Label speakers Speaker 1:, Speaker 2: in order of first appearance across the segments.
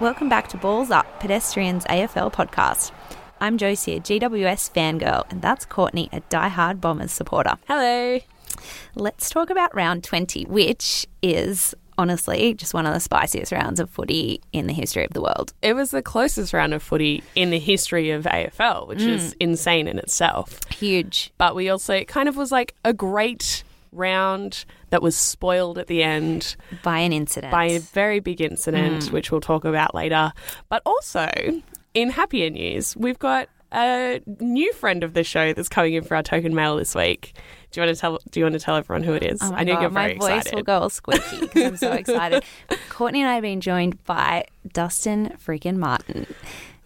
Speaker 1: Welcome back to Balls Up, Pedestrians AFL podcast. I'm Josie, a GWS fangirl, and that's Courtney, a diehard Bombers supporter.
Speaker 2: Hello.
Speaker 1: Let's talk about round 20, which is honestly just one of the spiciest rounds of footy in the history of the world.
Speaker 2: It was the closest round of footy in the history of AFL, which
Speaker 1: Mm.
Speaker 2: is insane in itself.
Speaker 1: Huge.
Speaker 2: But we also, it kind of was like a great round that was spoiled at the end
Speaker 1: By an incident.
Speaker 2: by a very big incident,
Speaker 1: Mm.
Speaker 2: which we'll talk about later. But also, in happier news, we've got a new friend of the show that's coming in for our token mail this week. Do you want to tell? Do you want to tell everyone who it is?
Speaker 1: Oh my
Speaker 2: I know
Speaker 1: God,
Speaker 2: you're very
Speaker 1: my voice
Speaker 2: excited.
Speaker 1: will go all squeaky because I'm so excited. Courtney and I have been joined by Dustin freaking Martin.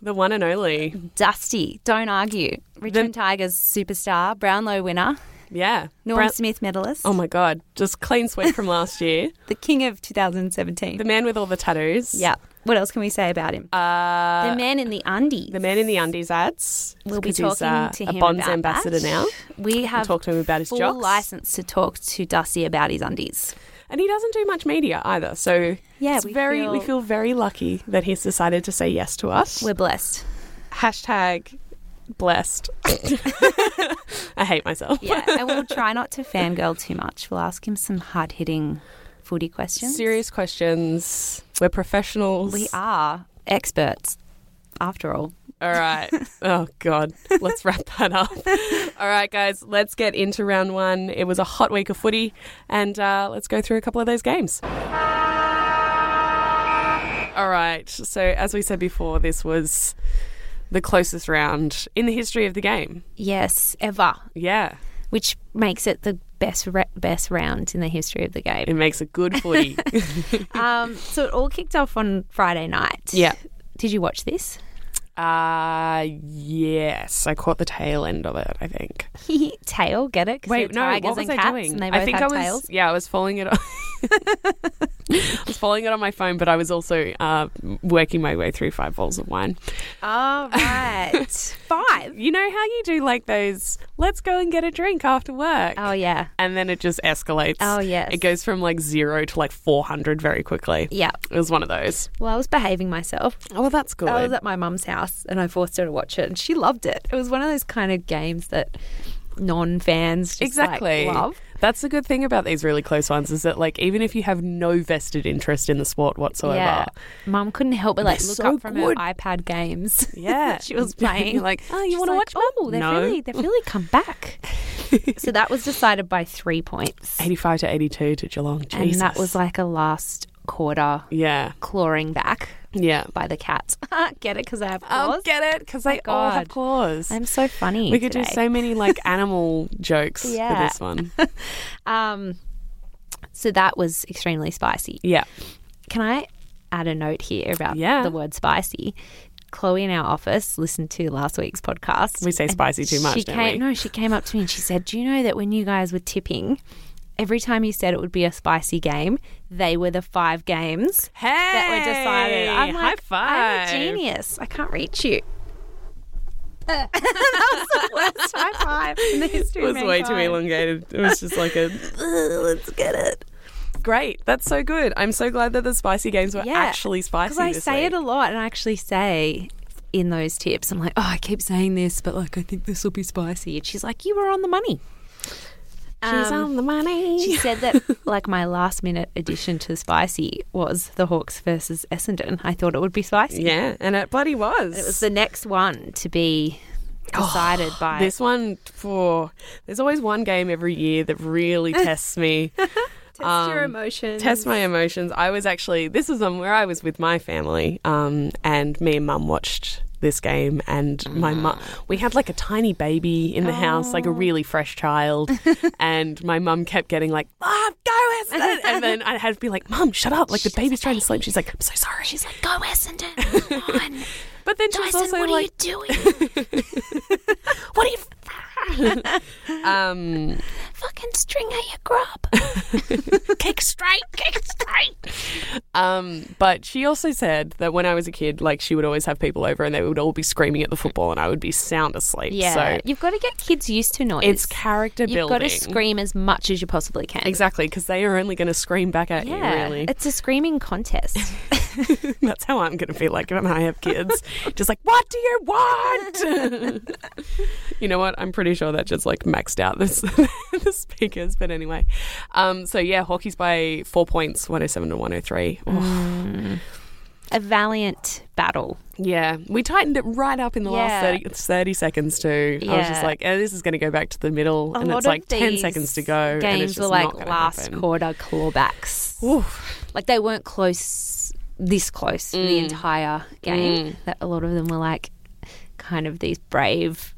Speaker 2: the one and only.
Speaker 1: Dusty, don't argue. Richmond Tigers superstar, Brownlow winner,
Speaker 2: Yeah,
Speaker 1: Norm
Speaker 2: Brown-
Speaker 1: Smith medalist,
Speaker 2: Oh my god, just clean sweep from last year.
Speaker 1: the king of 2017.
Speaker 2: The man with all the tattoos.
Speaker 1: yeah. What else can we say about him?
Speaker 2: Uh,
Speaker 1: the man in the undie.
Speaker 2: the man in the undies ads.
Speaker 1: We'll be
Speaker 2: 'cause he's,
Speaker 1: talking
Speaker 2: uh,
Speaker 1: to him
Speaker 2: a Bonds
Speaker 1: about
Speaker 2: ambassador
Speaker 1: that.
Speaker 2: now.
Speaker 1: We have
Speaker 2: talk to him about his
Speaker 1: full
Speaker 2: jocks.
Speaker 1: license to talk to Dusty about his undies.
Speaker 2: And he doesn't do much media either. So
Speaker 1: Yeah,
Speaker 2: it's
Speaker 1: we
Speaker 2: very we
Speaker 1: feel-
Speaker 2: feel very lucky that he's decided to say yes to us.
Speaker 1: We're blessed.
Speaker 2: Hashtag blessed. I hate myself.
Speaker 1: Yeah, and we'll try not to fangirl too much. We'll ask him some hard hitting footy questions.
Speaker 2: Serious questions. We're professionals.
Speaker 1: We are experts, after all.
Speaker 2: All right. Oh, God. Let's wrap that up. All right, guys. Let's get into round one. It was a hot week of footy, and uh, let's go through a couple of those games. All right. So, as we said before, this was the closest round in the history of the game.
Speaker 1: Yes, ever,
Speaker 2: Yeah.
Speaker 1: which makes it the best re- best round in the history of the
Speaker 2: It
Speaker 1: game.
Speaker 2: makes a good footy.
Speaker 1: um, so it all kicked off on Friday night.
Speaker 2: Yeah.
Speaker 1: Did you watch this?
Speaker 2: uh, yes. I caught the tail end of it, I think.
Speaker 1: tail, get it? 'Cause
Speaker 2: Wait,
Speaker 1: they're
Speaker 2: no.
Speaker 1: tigers
Speaker 2: What was
Speaker 1: and
Speaker 2: I
Speaker 1: cats,
Speaker 2: doing?
Speaker 1: And they both
Speaker 2: I think
Speaker 1: have
Speaker 2: I was.
Speaker 1: tails.
Speaker 2: Yeah, I was following it. On, I was following it on my phone, but I was also uh, working my way through five bowls of wine.
Speaker 1: Oh, right. Five.
Speaker 2: You know how you do like those? Let's go and get a drink after work.
Speaker 1: Oh, yeah.
Speaker 2: And then it just escalates.
Speaker 1: Oh, yes.
Speaker 2: It goes from like zero to like 400 very quickly.
Speaker 1: Yeah.
Speaker 2: It was one of those.
Speaker 1: Well, I was behaving myself.
Speaker 2: Oh, well, that's good.
Speaker 1: I was at my mum's house and I forced her to watch it and she loved it. It was one of those kind of games that non fans just
Speaker 2: exactly.
Speaker 1: like, love.
Speaker 2: That's the good thing about these really close ones is that, like, even if you have no vested interest in the sport whatsoever,
Speaker 1: Mum couldn't help but like
Speaker 2: They're
Speaker 1: look
Speaker 2: so
Speaker 1: up from
Speaker 2: good.
Speaker 1: her iPad games.
Speaker 2: Yeah.
Speaker 1: she was playing.
Speaker 2: You're like, "Oh, you
Speaker 1: She's
Speaker 2: wanna
Speaker 1: like,
Speaker 2: watch, Mum?"
Speaker 1: Oh, they've
Speaker 2: No.
Speaker 1: really they've really come back. so that was decided by three points.
Speaker 2: 85 to 82 to Geelong. Jesus.
Speaker 1: And that was like a last quarter
Speaker 2: Yeah.
Speaker 1: clawing back
Speaker 2: Yeah.
Speaker 1: by the cats. get it? Because I have
Speaker 2: I'll
Speaker 1: claws.
Speaker 2: Oh, get it because they
Speaker 1: Oh,
Speaker 2: all have
Speaker 1: God.
Speaker 2: claws.
Speaker 1: I'm so funny.
Speaker 2: we could
Speaker 1: today.
Speaker 2: do so many like animal jokes
Speaker 1: Yeah.
Speaker 2: for this one.
Speaker 1: Um, so that was extremely spicy.
Speaker 2: Yeah.
Speaker 1: Can I add a note here about
Speaker 2: Yeah.
Speaker 1: the word spicy? Chloe in our office listened to last week's podcast.
Speaker 2: We say
Speaker 1: and
Speaker 2: spicy too much,
Speaker 1: She
Speaker 2: don't
Speaker 1: came,
Speaker 2: we?
Speaker 1: No, she came up to me and she said, "Do you know that when you guys were tipping, every time you said it would be a spicy game, they were the five games
Speaker 2: Hey.
Speaker 1: that were decided." I'm like,
Speaker 2: high five.
Speaker 1: I'm a genius. I can't reach you. that was the worst high five in the history
Speaker 2: It was
Speaker 1: of
Speaker 2: way too
Speaker 1: mankind.
Speaker 2: elongated. It was just like a
Speaker 1: Let's get it.
Speaker 2: great. That's so good. I'm so glad that the spicy games were
Speaker 1: Yeah,
Speaker 2: actually spicy.
Speaker 1: Because I
Speaker 2: this
Speaker 1: say
Speaker 2: week.
Speaker 1: it a lot, and I actually say in those tips, I'm like, oh, I keep saying this, but like, I think this will be spicy. And she's like, you were on the money.
Speaker 2: She's
Speaker 1: Um,
Speaker 2: on the money.
Speaker 1: she said that like my last minute addition to spicy was the Hawks versus Essendon. I thought it would be spicy.
Speaker 2: yeah, and it bloody was.
Speaker 1: It was the next one to be decided by
Speaker 2: This one for there's always one game every year that really tests me.
Speaker 1: test your emotions.
Speaker 2: Test my emotions. I was actually this was on where I was with my family, um, and me and mum watched this game and my mum
Speaker 3: Ah.
Speaker 2: we had like a tiny baby in the house
Speaker 3: Oh.
Speaker 2: like a really fresh child and my mum kept getting like mom go Essendon! and then i had to be like mum shut up like the baby's trying to sleep she's like i'm so sorry she's like
Speaker 3: Go Essendon. Come on.
Speaker 2: but then she was
Speaker 3: Dyson,
Speaker 2: also
Speaker 3: what
Speaker 2: like
Speaker 3: are you doing? what are you
Speaker 2: um
Speaker 3: fucking string at your grub? kick straight, kick straight.
Speaker 2: Um, but she also said that when I was a kid, like she would always have people over and they would all be screaming at the football and I would be sound asleep.
Speaker 1: Yeah,
Speaker 2: So
Speaker 1: you've got to get kids used to noise.
Speaker 2: it's character
Speaker 1: You've
Speaker 2: building.
Speaker 1: got to scream as much as you possibly can.
Speaker 2: Exactly, because they are only going to scream back at
Speaker 1: Yeah,
Speaker 2: you, really.
Speaker 1: it's a screaming contest.
Speaker 2: That's how I'm going to feel like when I have kids. just like, what do you want? you know what? I'm pretty sure that just like maxed out this, the speakers. But anyway, um, so yeah, Hawkeys by four points, 107 to 103. Oh,
Speaker 1: Mm. a valiant battle.
Speaker 2: Yeah, we tightened it right up in the last
Speaker 1: Yeah.
Speaker 2: 30, 30 seconds too. I was
Speaker 1: Yeah.
Speaker 2: just like, eh, this is going to go back to the middle,
Speaker 1: A
Speaker 2: and
Speaker 1: lot
Speaker 2: it's like
Speaker 1: of
Speaker 2: 10
Speaker 1: these
Speaker 2: seconds to go. and it's
Speaker 1: Games
Speaker 2: just
Speaker 1: were like
Speaker 2: not gonna
Speaker 1: last
Speaker 2: happen.
Speaker 1: quarter clawbacks.
Speaker 2: Oof.
Speaker 1: Like they weren't close, this close for
Speaker 2: Mm.
Speaker 1: the entire game. That a lot of them were like kind of these brave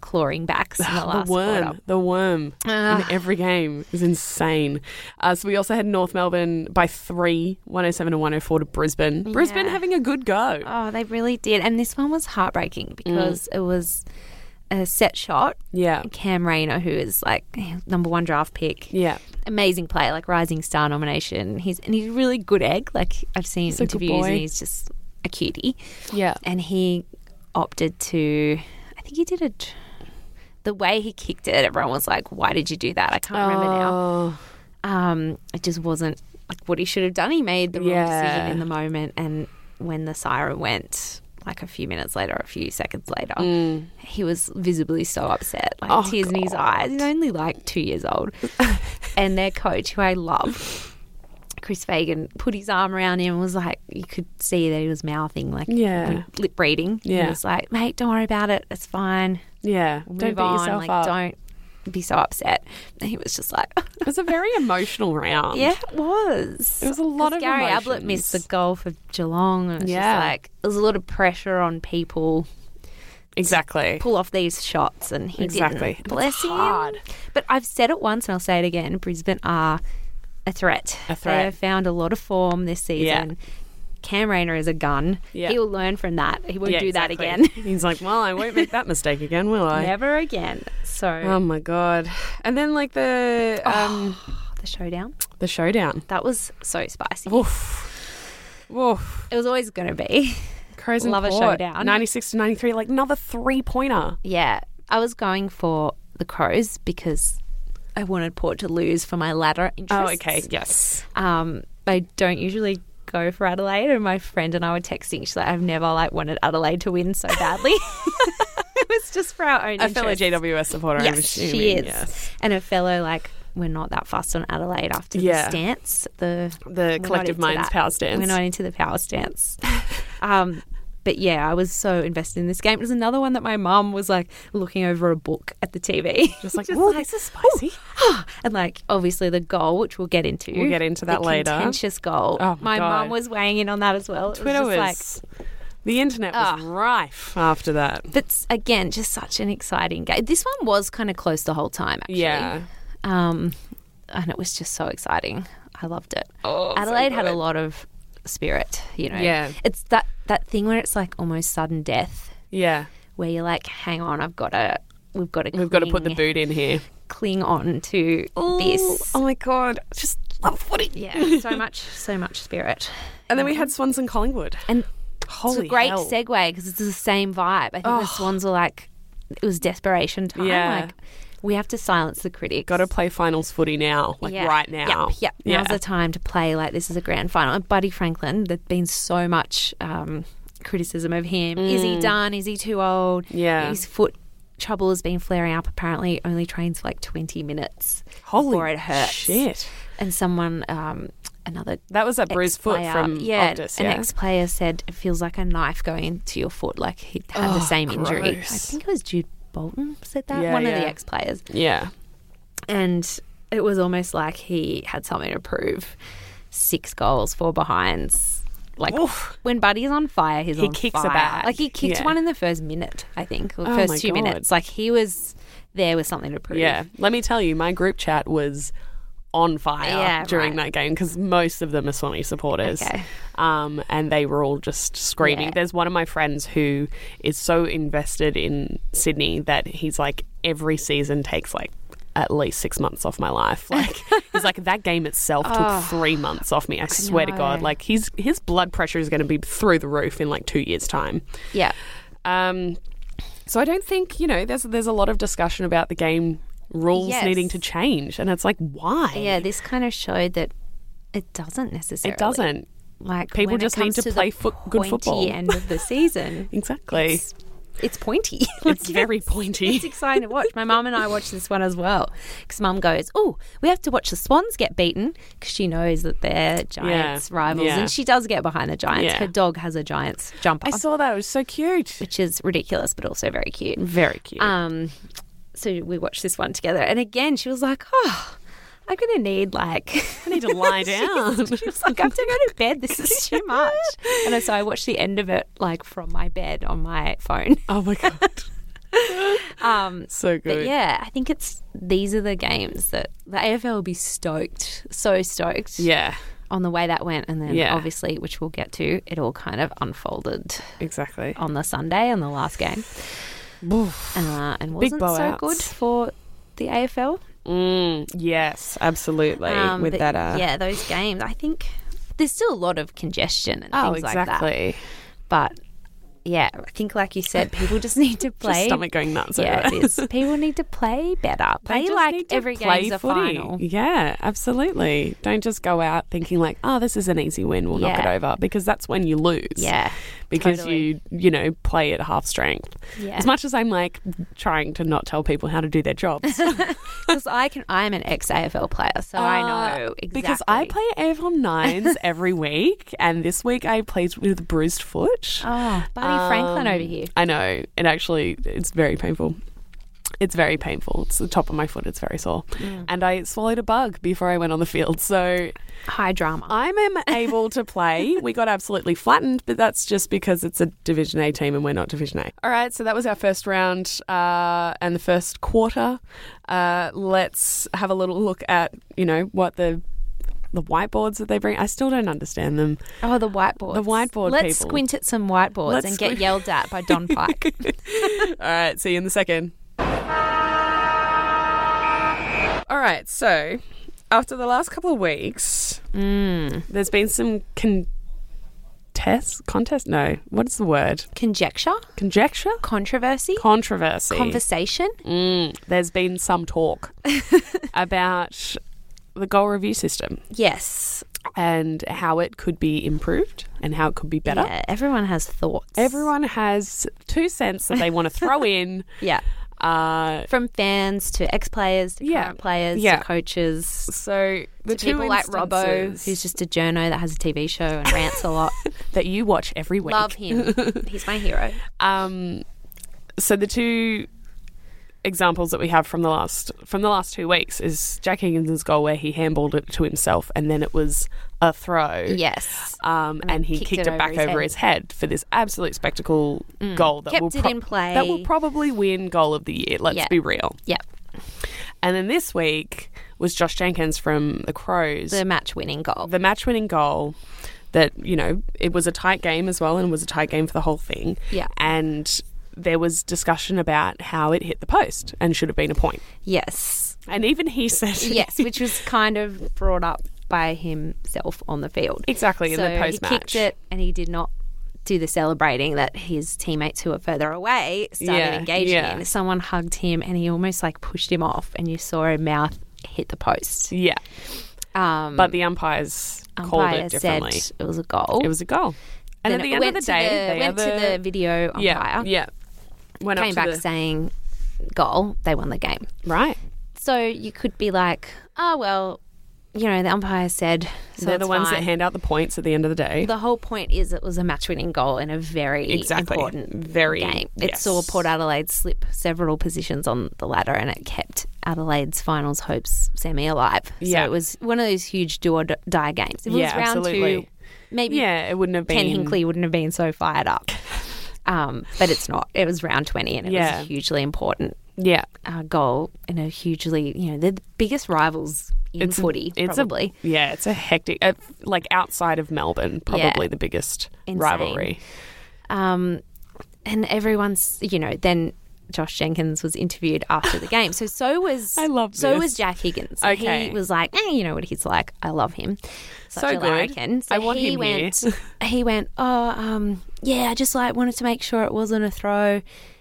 Speaker 1: clawing backs in the last
Speaker 2: the worm,
Speaker 1: quarter.
Speaker 2: the worm
Speaker 1: Ah.
Speaker 2: in every game is insane. Uh, so we also had North Melbourne by three, 107 and 104 to Brisbane. Brisbane
Speaker 1: Yeah.
Speaker 2: having a good go.
Speaker 1: Oh, they really did. And this one was
Speaker 2: Mm.
Speaker 1: heartbreaking because it was a set shot.
Speaker 2: Yeah,
Speaker 1: Cam Rayner, who is like number one draft pick,
Speaker 2: yeah,
Speaker 1: amazing player, like rising star nomination. He's and he's a really good egg. Like I've seen
Speaker 2: a good
Speaker 1: interviews, and
Speaker 2: boy.
Speaker 1: he's just a cutie.
Speaker 2: yeah.
Speaker 1: And he opted to, I think he did a. t- The way he kicked it, everyone was like, "Why did you do that?" I can't remember now.
Speaker 2: Oh,
Speaker 1: Um, it just wasn't like what he should have done. He made the wrong
Speaker 2: Yeah.
Speaker 1: decision in the moment, and when the siren went. Like a few minutes later, a few seconds later, he was visibly so upset, like
Speaker 2: Hmm. Oh,
Speaker 1: tears in his eyes. He's only like two years old, and their coach, who I love, Chris Fagan, put his arm around him and was like, you could see that he was mouthing, like
Speaker 2: Yeah.
Speaker 1: lip reading.
Speaker 2: Yeah.
Speaker 1: he was like, mate, don't worry about it. It's fine.
Speaker 2: yeah. Don't
Speaker 1: Move
Speaker 2: beat
Speaker 1: on.
Speaker 2: yourself
Speaker 1: like,
Speaker 2: up. Oh.
Speaker 1: don't be so upset. And he was just like,
Speaker 2: It was a very emotional round.
Speaker 1: yeah, it was.
Speaker 2: It was a lot
Speaker 1: 'Cause
Speaker 2: of
Speaker 1: Gary Ablett missed the
Speaker 2: emotions.
Speaker 1: goal for Geelong. And it was
Speaker 2: Yeah.
Speaker 1: just like there was a lot of pressure on people
Speaker 2: exactly.
Speaker 1: pull off these shots, and he
Speaker 2: Exactly.
Speaker 1: didn't. Bless him.
Speaker 2: hard.
Speaker 1: But I've said it once, and I'll say it again. Brisbane are a threat.
Speaker 2: A threat.
Speaker 1: They have found a lot of form this season. Cam Rayner is a gun.
Speaker 2: Yeah.
Speaker 1: He'll learn from that. He won't
Speaker 2: Yeah,
Speaker 1: do
Speaker 2: exactly.
Speaker 1: that again.
Speaker 2: He's like, well, I won't make that mistake again, will I?
Speaker 1: Never again. So
Speaker 2: Oh my god! And then like the um
Speaker 1: the showdown
Speaker 2: the showdown.
Speaker 1: that was so spicy.
Speaker 2: Woof. Woof.
Speaker 1: It was always going to be.
Speaker 2: Crows and
Speaker 1: Love a
Speaker 2: Port,
Speaker 1: showdown.
Speaker 2: 96 to 93, like another three pointer.
Speaker 1: Yeah, I was going for the Crows because I wanted Port to lose for my ladder interests.
Speaker 2: Yes.
Speaker 1: Um, I don't usually go for Adelaide, and my friend and I were texting. She's like, "I've never like wanted Adelaide to win so badly." it was just for our own.
Speaker 2: A fellow
Speaker 1: interests.
Speaker 2: GWS supporter, I'm
Speaker 1: Yes,
Speaker 2: assuming.
Speaker 1: she is,
Speaker 2: Yes.
Speaker 1: and a fellow like we're not that fussed on Adelaide after
Speaker 2: Yeah.
Speaker 1: the stance. The we're
Speaker 2: The collective
Speaker 1: not into
Speaker 2: minds
Speaker 1: that.
Speaker 2: power stance.
Speaker 1: We're not into the power stance. um, but yeah, I was so invested in this game. It was another one that my mum was like looking over a book at the TV.
Speaker 2: just like, oh, this is spicy.
Speaker 1: and like, obviously, the goal, which we'll get into.
Speaker 2: We'll get into that
Speaker 1: the
Speaker 2: later.
Speaker 1: Contentious goal.
Speaker 2: Oh, my
Speaker 1: my
Speaker 2: God.
Speaker 1: mum was weighing in on that as well. It
Speaker 2: Twitter
Speaker 1: was,
Speaker 2: was,
Speaker 1: just like, ah.
Speaker 2: the internet was rife after that.
Speaker 1: but s- again, just such an exciting game. This one was kind of close the whole time, actually.
Speaker 2: Yeah.
Speaker 1: Um, and it was just so exciting. I loved it.
Speaker 2: Oh, so
Speaker 1: Adelaide had a
Speaker 2: good.
Speaker 1: lot of spirit, you know.
Speaker 2: Yeah.
Speaker 1: It's that that thing where it's like almost sudden death,
Speaker 2: Yeah.
Speaker 1: where you're like, hang on, I've got to, we've got to,
Speaker 2: We've got to put the boot in here.
Speaker 1: cling on to this.
Speaker 2: Oh my God. Just love footy.
Speaker 1: Yeah, so much, so much spirit.
Speaker 2: And then we had Swanson Collingwood.
Speaker 1: And
Speaker 2: Holy
Speaker 1: it's a great
Speaker 2: hell. Oh.
Speaker 1: segue because it's the same vibe. I think the Swans were like, it was desperation time.
Speaker 2: Yeah.
Speaker 1: Like, we have to silence the critics.
Speaker 2: Got to play finals footy now, like
Speaker 1: Yeah.
Speaker 2: right now.
Speaker 1: Yep, yep.
Speaker 2: Yeah.
Speaker 1: Now's the time to play. Like this is a grand final. And Buddy Franklin, there's been so much um, criticism of him. Is he done? Is he too old?
Speaker 2: Mm. Yeah.
Speaker 1: His foot trouble has been flaring up. Apparently, only trains for like 20 minutes
Speaker 2: Holy
Speaker 1: before it hurts.
Speaker 2: shit.
Speaker 1: And someone, um, another.
Speaker 2: That was that bruised foot
Speaker 1: ex-player-
Speaker 2: from
Speaker 1: yeah,
Speaker 2: Optus,
Speaker 1: an
Speaker 2: yeah?
Speaker 1: ex-player said it feels like a knife going into your foot. Like he had the same injury. I
Speaker 2: Oh, gross.
Speaker 1: think it was Jude Bolton said that.
Speaker 2: Yeah,
Speaker 1: One of
Speaker 2: yeah.
Speaker 1: the ex-players
Speaker 2: Yeah.
Speaker 1: and it was almost like he had something to prove. Six goals, four behinds. Like
Speaker 2: Oof.
Speaker 1: when Buddy's on fire, he's
Speaker 2: He
Speaker 1: on
Speaker 2: kicks a
Speaker 1: fire.
Speaker 2: bat.
Speaker 1: Like he kicked
Speaker 2: Yeah.
Speaker 1: one in the first minute, I think, or
Speaker 2: Oh my
Speaker 1: first few
Speaker 2: God.
Speaker 1: minutes. Like he was there with something to prove.
Speaker 2: Yeah. Let me tell you, my group chat was on fire
Speaker 1: Yeah,
Speaker 2: during
Speaker 1: right.
Speaker 2: that game because most of them are Swanee supporters.
Speaker 1: Okay.
Speaker 2: Um, and they were all just screaming.
Speaker 1: Yeah.
Speaker 2: There's one of my friends who is so invested in Sydney that he's like, every season takes like at least six months off my life. Like he's like that game itself took three months off me. I swear to God.
Speaker 1: Oh, know.
Speaker 2: Like his his blood pressure is going to be through the roof in like two years time.
Speaker 1: Yeah.
Speaker 2: Um, so I don't think you know. There's there's a lot of discussion about the game rules
Speaker 1: Yes.
Speaker 2: needing to change, and it's like why?
Speaker 1: Yeah, this kind of showed that it doesn't necessarily.
Speaker 2: it doesn't
Speaker 1: Like
Speaker 2: People
Speaker 1: when it
Speaker 2: just need
Speaker 1: comes
Speaker 2: to
Speaker 1: the
Speaker 2: play foot- good
Speaker 1: pointy
Speaker 2: football.
Speaker 1: End of the season.
Speaker 2: exactly. It's,
Speaker 1: it's, it's pointy.
Speaker 2: very pointy.
Speaker 1: it's exciting to watch. My mum and I watched this one as well because mum goes, "Oh, we have to watch the Swans get beaten because she knows that they're Giants rivals,
Speaker 2: Yeah.
Speaker 1: and she does get behind the Giants.
Speaker 2: Yeah.
Speaker 1: Her dog has a Giants jumper,
Speaker 2: I saw that. It was so cute.
Speaker 1: which is ridiculous but also very cute.
Speaker 2: Very cute.
Speaker 1: Um, so we watched this one together, and again, she was like, "Oh, I'm gonna need like."
Speaker 2: I need to lie down.
Speaker 1: She was like, I have to go to bed. This is too much. And so I watched the end of it like from my bed on my phone.
Speaker 2: oh my god.
Speaker 1: Um,
Speaker 2: So good.
Speaker 1: But yeah, I think it's these are the games that the AFL will be stoked, so stoked
Speaker 2: Yeah,
Speaker 1: on the way that went, and then
Speaker 2: Yeah.
Speaker 1: obviously, which we'll get to, it all kind of unfolded
Speaker 2: exactly.
Speaker 1: on the Sunday on the last game, uh, and
Speaker 2: Big
Speaker 1: wasn't so
Speaker 2: blowouts.
Speaker 1: good for the AFL.
Speaker 2: Mm, yes, absolutely.
Speaker 1: Um,
Speaker 2: With
Speaker 1: but
Speaker 2: that, uh,
Speaker 1: yeah, those games, I think there's still a lot of congestion and
Speaker 2: Oh,
Speaker 1: things
Speaker 2: exactly.
Speaker 1: like that. But yeah, I think like you said, people just need to
Speaker 2: Just
Speaker 1: play.
Speaker 2: stomach going nuts.
Speaker 1: yeah,
Speaker 2: over
Speaker 1: it is. People need to play better.
Speaker 2: They
Speaker 1: Play
Speaker 2: just
Speaker 1: like
Speaker 2: need to
Speaker 1: every
Speaker 2: play
Speaker 1: game's a
Speaker 2: footy.
Speaker 1: final.
Speaker 2: Yeah, absolutely. Don't just go out thinking like, oh, this is an easy win. We'll knock it
Speaker 1: Yeah.
Speaker 2: over because that's when you lose.
Speaker 1: Yeah.
Speaker 2: Because
Speaker 1: totally.
Speaker 2: you, you know, play at half strength.
Speaker 1: Yeah.
Speaker 2: As much as I'm like trying to not tell people how to do their jobs.
Speaker 1: Because I can, I'm an ex AFL player, so I know
Speaker 2: Uh,
Speaker 1: exactly.
Speaker 2: Because I play AFL nines every week, and this week I played with a bruised foot.
Speaker 1: Oh, Barney Franklin
Speaker 2: Um,
Speaker 1: over here.
Speaker 2: I know. It actually, it's very painful. It's very painful. It's the top of my foot. It's very sore.
Speaker 1: Mm.
Speaker 2: And I swallowed a bug before I went on the field. So
Speaker 1: High drama.
Speaker 2: I'm am able to play. We got absolutely flattened, but that's just because it's a Division A team and we're not Division A. All right, so that was our first round uh, and the first quarter. Uh, let's have a little look at you know what the the whiteboards that they bring. I still don't understand them.
Speaker 1: Oh, the whiteboards.
Speaker 2: The whiteboard
Speaker 1: Let's
Speaker 2: people.
Speaker 1: squint at some whiteboards
Speaker 2: Let's
Speaker 1: and get
Speaker 2: squint-
Speaker 1: yelled at by Don Pike.
Speaker 2: All right, see you in the second. All right, so after the last couple of weeks, there's been some contest. Contest? No. What's the word?
Speaker 1: Conjecture,
Speaker 2: Conjecture?
Speaker 1: controversy,
Speaker 2: Controversy.
Speaker 1: conversation.
Speaker 2: Mm, there's been some talk about the goal review system
Speaker 1: Yes.
Speaker 2: and how it could be improved and how it could be better.
Speaker 1: Yeah, everyone has thoughts.
Speaker 2: Everyone has two cents that they want to throw in.
Speaker 1: Yeah.
Speaker 2: Uh,
Speaker 1: From fans to ex players to
Speaker 2: Yeah.
Speaker 1: current players
Speaker 2: Yeah.
Speaker 1: to coaches.
Speaker 2: So the
Speaker 1: to
Speaker 2: two
Speaker 1: people like Robbo,
Speaker 2: instances
Speaker 1: who's just a journo that has a TV show and rants a lot.
Speaker 2: that you watch every week.
Speaker 1: Love him. He's my hero.
Speaker 2: Um, so the two examples that we have from the last from the last two weeks is Jack Higginson's goal where he handballed it to himself, and then it was a throw.
Speaker 1: Yes.
Speaker 2: Um, and, he kicked, it, back over his head Mm. for this absolute spectacle goal that
Speaker 1: Kept
Speaker 2: will
Speaker 1: it in play.
Speaker 2: that will probably win goal of the year. Let's
Speaker 1: Yeah.
Speaker 2: be real.
Speaker 1: Yep.
Speaker 2: And then this week was Josh Jenkins from the Crows.
Speaker 1: The match winning goal.
Speaker 2: the match winning goal that, you know, it was a tight game as well and was a tight game for the whole thing.
Speaker 1: Yeah.
Speaker 2: And there was discussion about how it hit the post and should have been a point.
Speaker 1: Yes.
Speaker 2: And even he said
Speaker 1: Yes, which was kind of brought up by himself on the field.
Speaker 2: Exactly, in
Speaker 1: so
Speaker 2: the
Speaker 1: He kicked
Speaker 2: post-match.
Speaker 1: it and he did not do the celebrating that his teammates who were further away started
Speaker 2: Yeah,
Speaker 1: engaging
Speaker 2: yeah.
Speaker 1: in. Someone hugged him and he almost like pushed him off and you saw a mouth hit the post.
Speaker 2: Yeah.
Speaker 1: Um
Speaker 2: But the umpires called
Speaker 1: umpire
Speaker 2: it differently.
Speaker 1: said it was a goal.
Speaker 2: it was a goal. And
Speaker 1: Then
Speaker 2: at
Speaker 1: it
Speaker 2: the end of
Speaker 1: went
Speaker 2: the
Speaker 1: to
Speaker 2: day,
Speaker 1: the, went
Speaker 2: they
Speaker 1: to the video umpire.
Speaker 2: yeah, yeah. Went up
Speaker 1: came
Speaker 2: to
Speaker 1: back
Speaker 2: the-
Speaker 1: saying goal, they won the game.
Speaker 2: right.
Speaker 1: So you could be like, oh, well, you know, the umpire said, so
Speaker 2: They're the
Speaker 1: it's
Speaker 2: ones that
Speaker 1: fine."
Speaker 2: hand out the points at the end of the day.
Speaker 1: The whole point is it was a match winning goal in a very
Speaker 2: Exactly.
Speaker 1: important
Speaker 2: Very-
Speaker 1: game. It
Speaker 2: yes.
Speaker 1: saw Port Adelaide slip several positions on the ladder and it kept Adelaide's finals hopes semi alive.
Speaker 2: Yeah.
Speaker 1: So it was one of those huge do or die games. If it
Speaker 2: Yeah,
Speaker 1: was round
Speaker 2: absolutely.
Speaker 1: two, maybe
Speaker 2: yeah, it wouldn't have been
Speaker 1: Ken Hinckley wouldn't have been so fired up. Um, but it's not. It was round 20 and it
Speaker 2: Yeah.
Speaker 1: was hugely important
Speaker 2: Yeah.
Speaker 1: uh, goal in a hugely, you know, they're the biggest rivals in
Speaker 2: a-
Speaker 1: footy, probably.
Speaker 2: A, yeah, it's a hectic, uh, like outside of Melbourne, probably
Speaker 1: Yeah.
Speaker 2: the biggest
Speaker 1: Insane.
Speaker 2: rivalry.
Speaker 1: um, and everyone's, you know, then Josh Jenkins was interviewed after the game. So so was
Speaker 2: I love
Speaker 1: so
Speaker 2: this.
Speaker 1: was Jack Higgins.
Speaker 2: Okay.
Speaker 1: He was like, eh, you know what he's like. I love him. Such
Speaker 2: So
Speaker 1: a
Speaker 2: good.
Speaker 1: larrikin. So
Speaker 2: I want
Speaker 1: he
Speaker 2: him here.
Speaker 1: went, he went, oh, um, yeah, I just like wanted to make sure it wasn't a throw,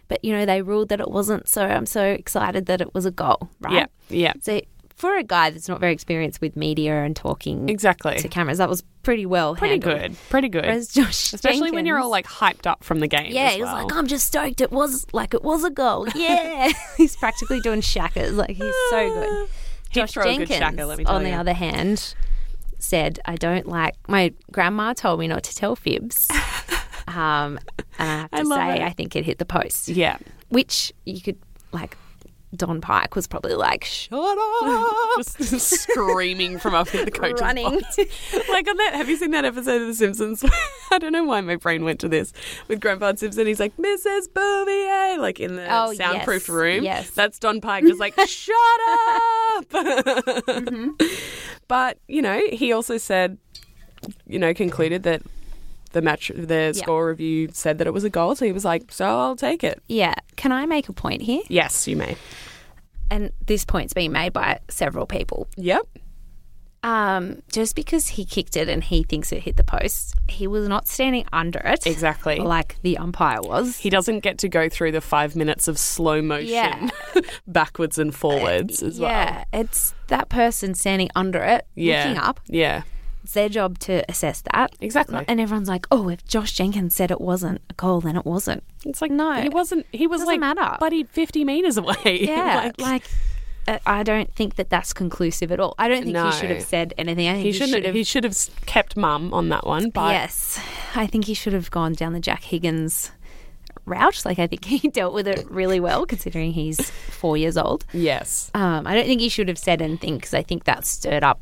Speaker 1: but you know they ruled that it wasn't, so I'm so excited that it was a goal, right?
Speaker 2: Yeah, yeah,
Speaker 1: So for a guy that's not very experienced with media and talking
Speaker 2: exactly.
Speaker 1: to cameras, that was pretty well
Speaker 2: Pretty
Speaker 1: handled.
Speaker 2: good, pretty good.
Speaker 1: Whereas Josh,
Speaker 2: Especially when you're all
Speaker 1: Jenkins-
Speaker 2: like hyped up from the game.
Speaker 1: yeah,
Speaker 2: as
Speaker 1: he was
Speaker 2: well.
Speaker 1: like, I'm just stoked. It was like it was a goal. Yeah, he's practically doing shackers. Like he's so good.
Speaker 2: Ah. He'd
Speaker 1: "Oh, Josh
Speaker 2: throw a good
Speaker 1: Jenkins,
Speaker 2: shaka, let me tell
Speaker 1: on the
Speaker 2: you.
Speaker 1: other hand, said, "I don't like my grandma told me not to tell fibs." um, and I have to
Speaker 2: I love
Speaker 1: say,
Speaker 2: it.
Speaker 1: I think it hit the post,
Speaker 2: yeah.
Speaker 1: which you could like. Don Pike was probably like, "Shut
Speaker 2: Just screaming from up in the coach's
Speaker 1: Running.
Speaker 2: box. like on that, have you seen that episode of The Simpsons? I don't know why my brain went to this with Grandpa Simpson. He's like, Mrs. Bouvier, like in the
Speaker 1: Oh,
Speaker 2: soundproof
Speaker 1: yes,
Speaker 2: room.
Speaker 1: yes.
Speaker 2: That's Don Pike just like, shut up.
Speaker 1: Mm-hmm.
Speaker 2: But, you know, he also said, you know, concluded that the match, the score review said that it was a goal. So he was like, so I'll take it.
Speaker 1: Yeah, can I make a point here?
Speaker 2: Yes, you may.
Speaker 1: And this point's been made by several people.
Speaker 2: Yep.
Speaker 1: Um, just because he kicked it and he thinks it hit the post, he was not standing under it.
Speaker 2: Exactly.
Speaker 1: Like the umpire was.
Speaker 2: he doesn't get to go through the five minutes of slow motion
Speaker 1: Yeah. Uh,
Speaker 2: backwards and forwards as well.
Speaker 1: Yeah, it's that person standing under it,
Speaker 2: Yeah.
Speaker 1: looking up.
Speaker 2: Yeah.
Speaker 1: It's their job to assess that.
Speaker 2: Exactly.
Speaker 1: And everyone's like, oh, if Josh Jenkins said it wasn't a goal, then it wasn't.
Speaker 2: It's like
Speaker 1: No.
Speaker 2: He wasn't he was like
Speaker 1: Doesn't matter.
Speaker 2: buddy fifty meters away.
Speaker 1: Yeah,
Speaker 2: like,
Speaker 1: like, uh I don't think that that's conclusive at all. I don't think he
Speaker 2: No.
Speaker 1: should have said anything. I think
Speaker 2: he shouldn't have, he should have kept mum on that one, but
Speaker 1: yes, I think he should have gone down the Jack Higgins route. Like I think he dealt with it really well, considering he's four years old.
Speaker 2: yes.
Speaker 1: Um, I don't think he should have said anything because I think that stirred up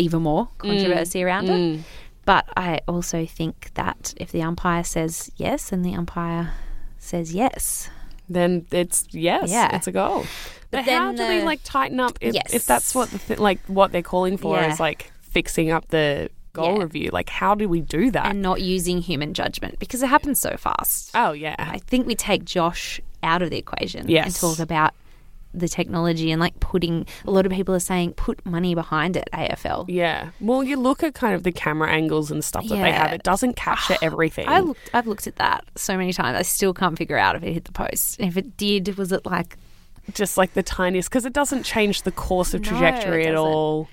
Speaker 1: even more controversy around it. But I also think that if the umpire says yes, and the umpire says yes,
Speaker 2: Then it's yes,
Speaker 1: Yeah.
Speaker 2: it's a goal. But, how
Speaker 1: then
Speaker 2: do they
Speaker 1: the-
Speaker 2: like tighten up if,
Speaker 1: Yes.
Speaker 2: if that's what the th- like what they're calling for
Speaker 1: Yeah.
Speaker 2: is like fixing up the goal
Speaker 1: Yeah.
Speaker 2: review? Like how do we do that?
Speaker 1: and not using human judgment because it happens so fast.
Speaker 2: oh yeah.
Speaker 1: I think we take Josh out of the equation
Speaker 2: Yes.
Speaker 1: and talk about the technology and like putting a lot of people are saying put money behind it AFL.
Speaker 2: Yeah. Well, you look at kind of the camera angles and stuff that they have.
Speaker 1: Yeah. Ah,
Speaker 2: It doesn't capture everything.
Speaker 1: I looked I've looked at that so many times. I still can't figure out if it hit the post. If it did, was it like
Speaker 2: Just like the tiniest, because it doesn't change the course of
Speaker 1: No, it
Speaker 2: trajectory at
Speaker 1: doesn't.
Speaker 2: all.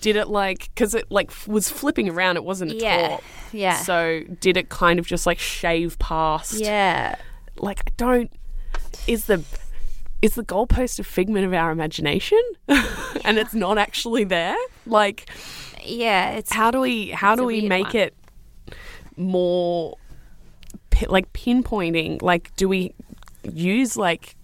Speaker 2: Did it like because it like f- was flipping around? It wasn't a
Speaker 1: Yeah.
Speaker 2: top.
Speaker 1: Yeah.
Speaker 2: So did it kind of just like shave past?
Speaker 1: Yeah.
Speaker 2: Like I don't. Is the is the goalpost a figment of our imagination, and it's not actually there? Like
Speaker 1: Yeah. It's
Speaker 2: how do we how
Speaker 1: It's
Speaker 2: do
Speaker 1: a
Speaker 2: we
Speaker 1: weird
Speaker 2: make
Speaker 1: one.
Speaker 2: it more pi- like pinpointing like do we use like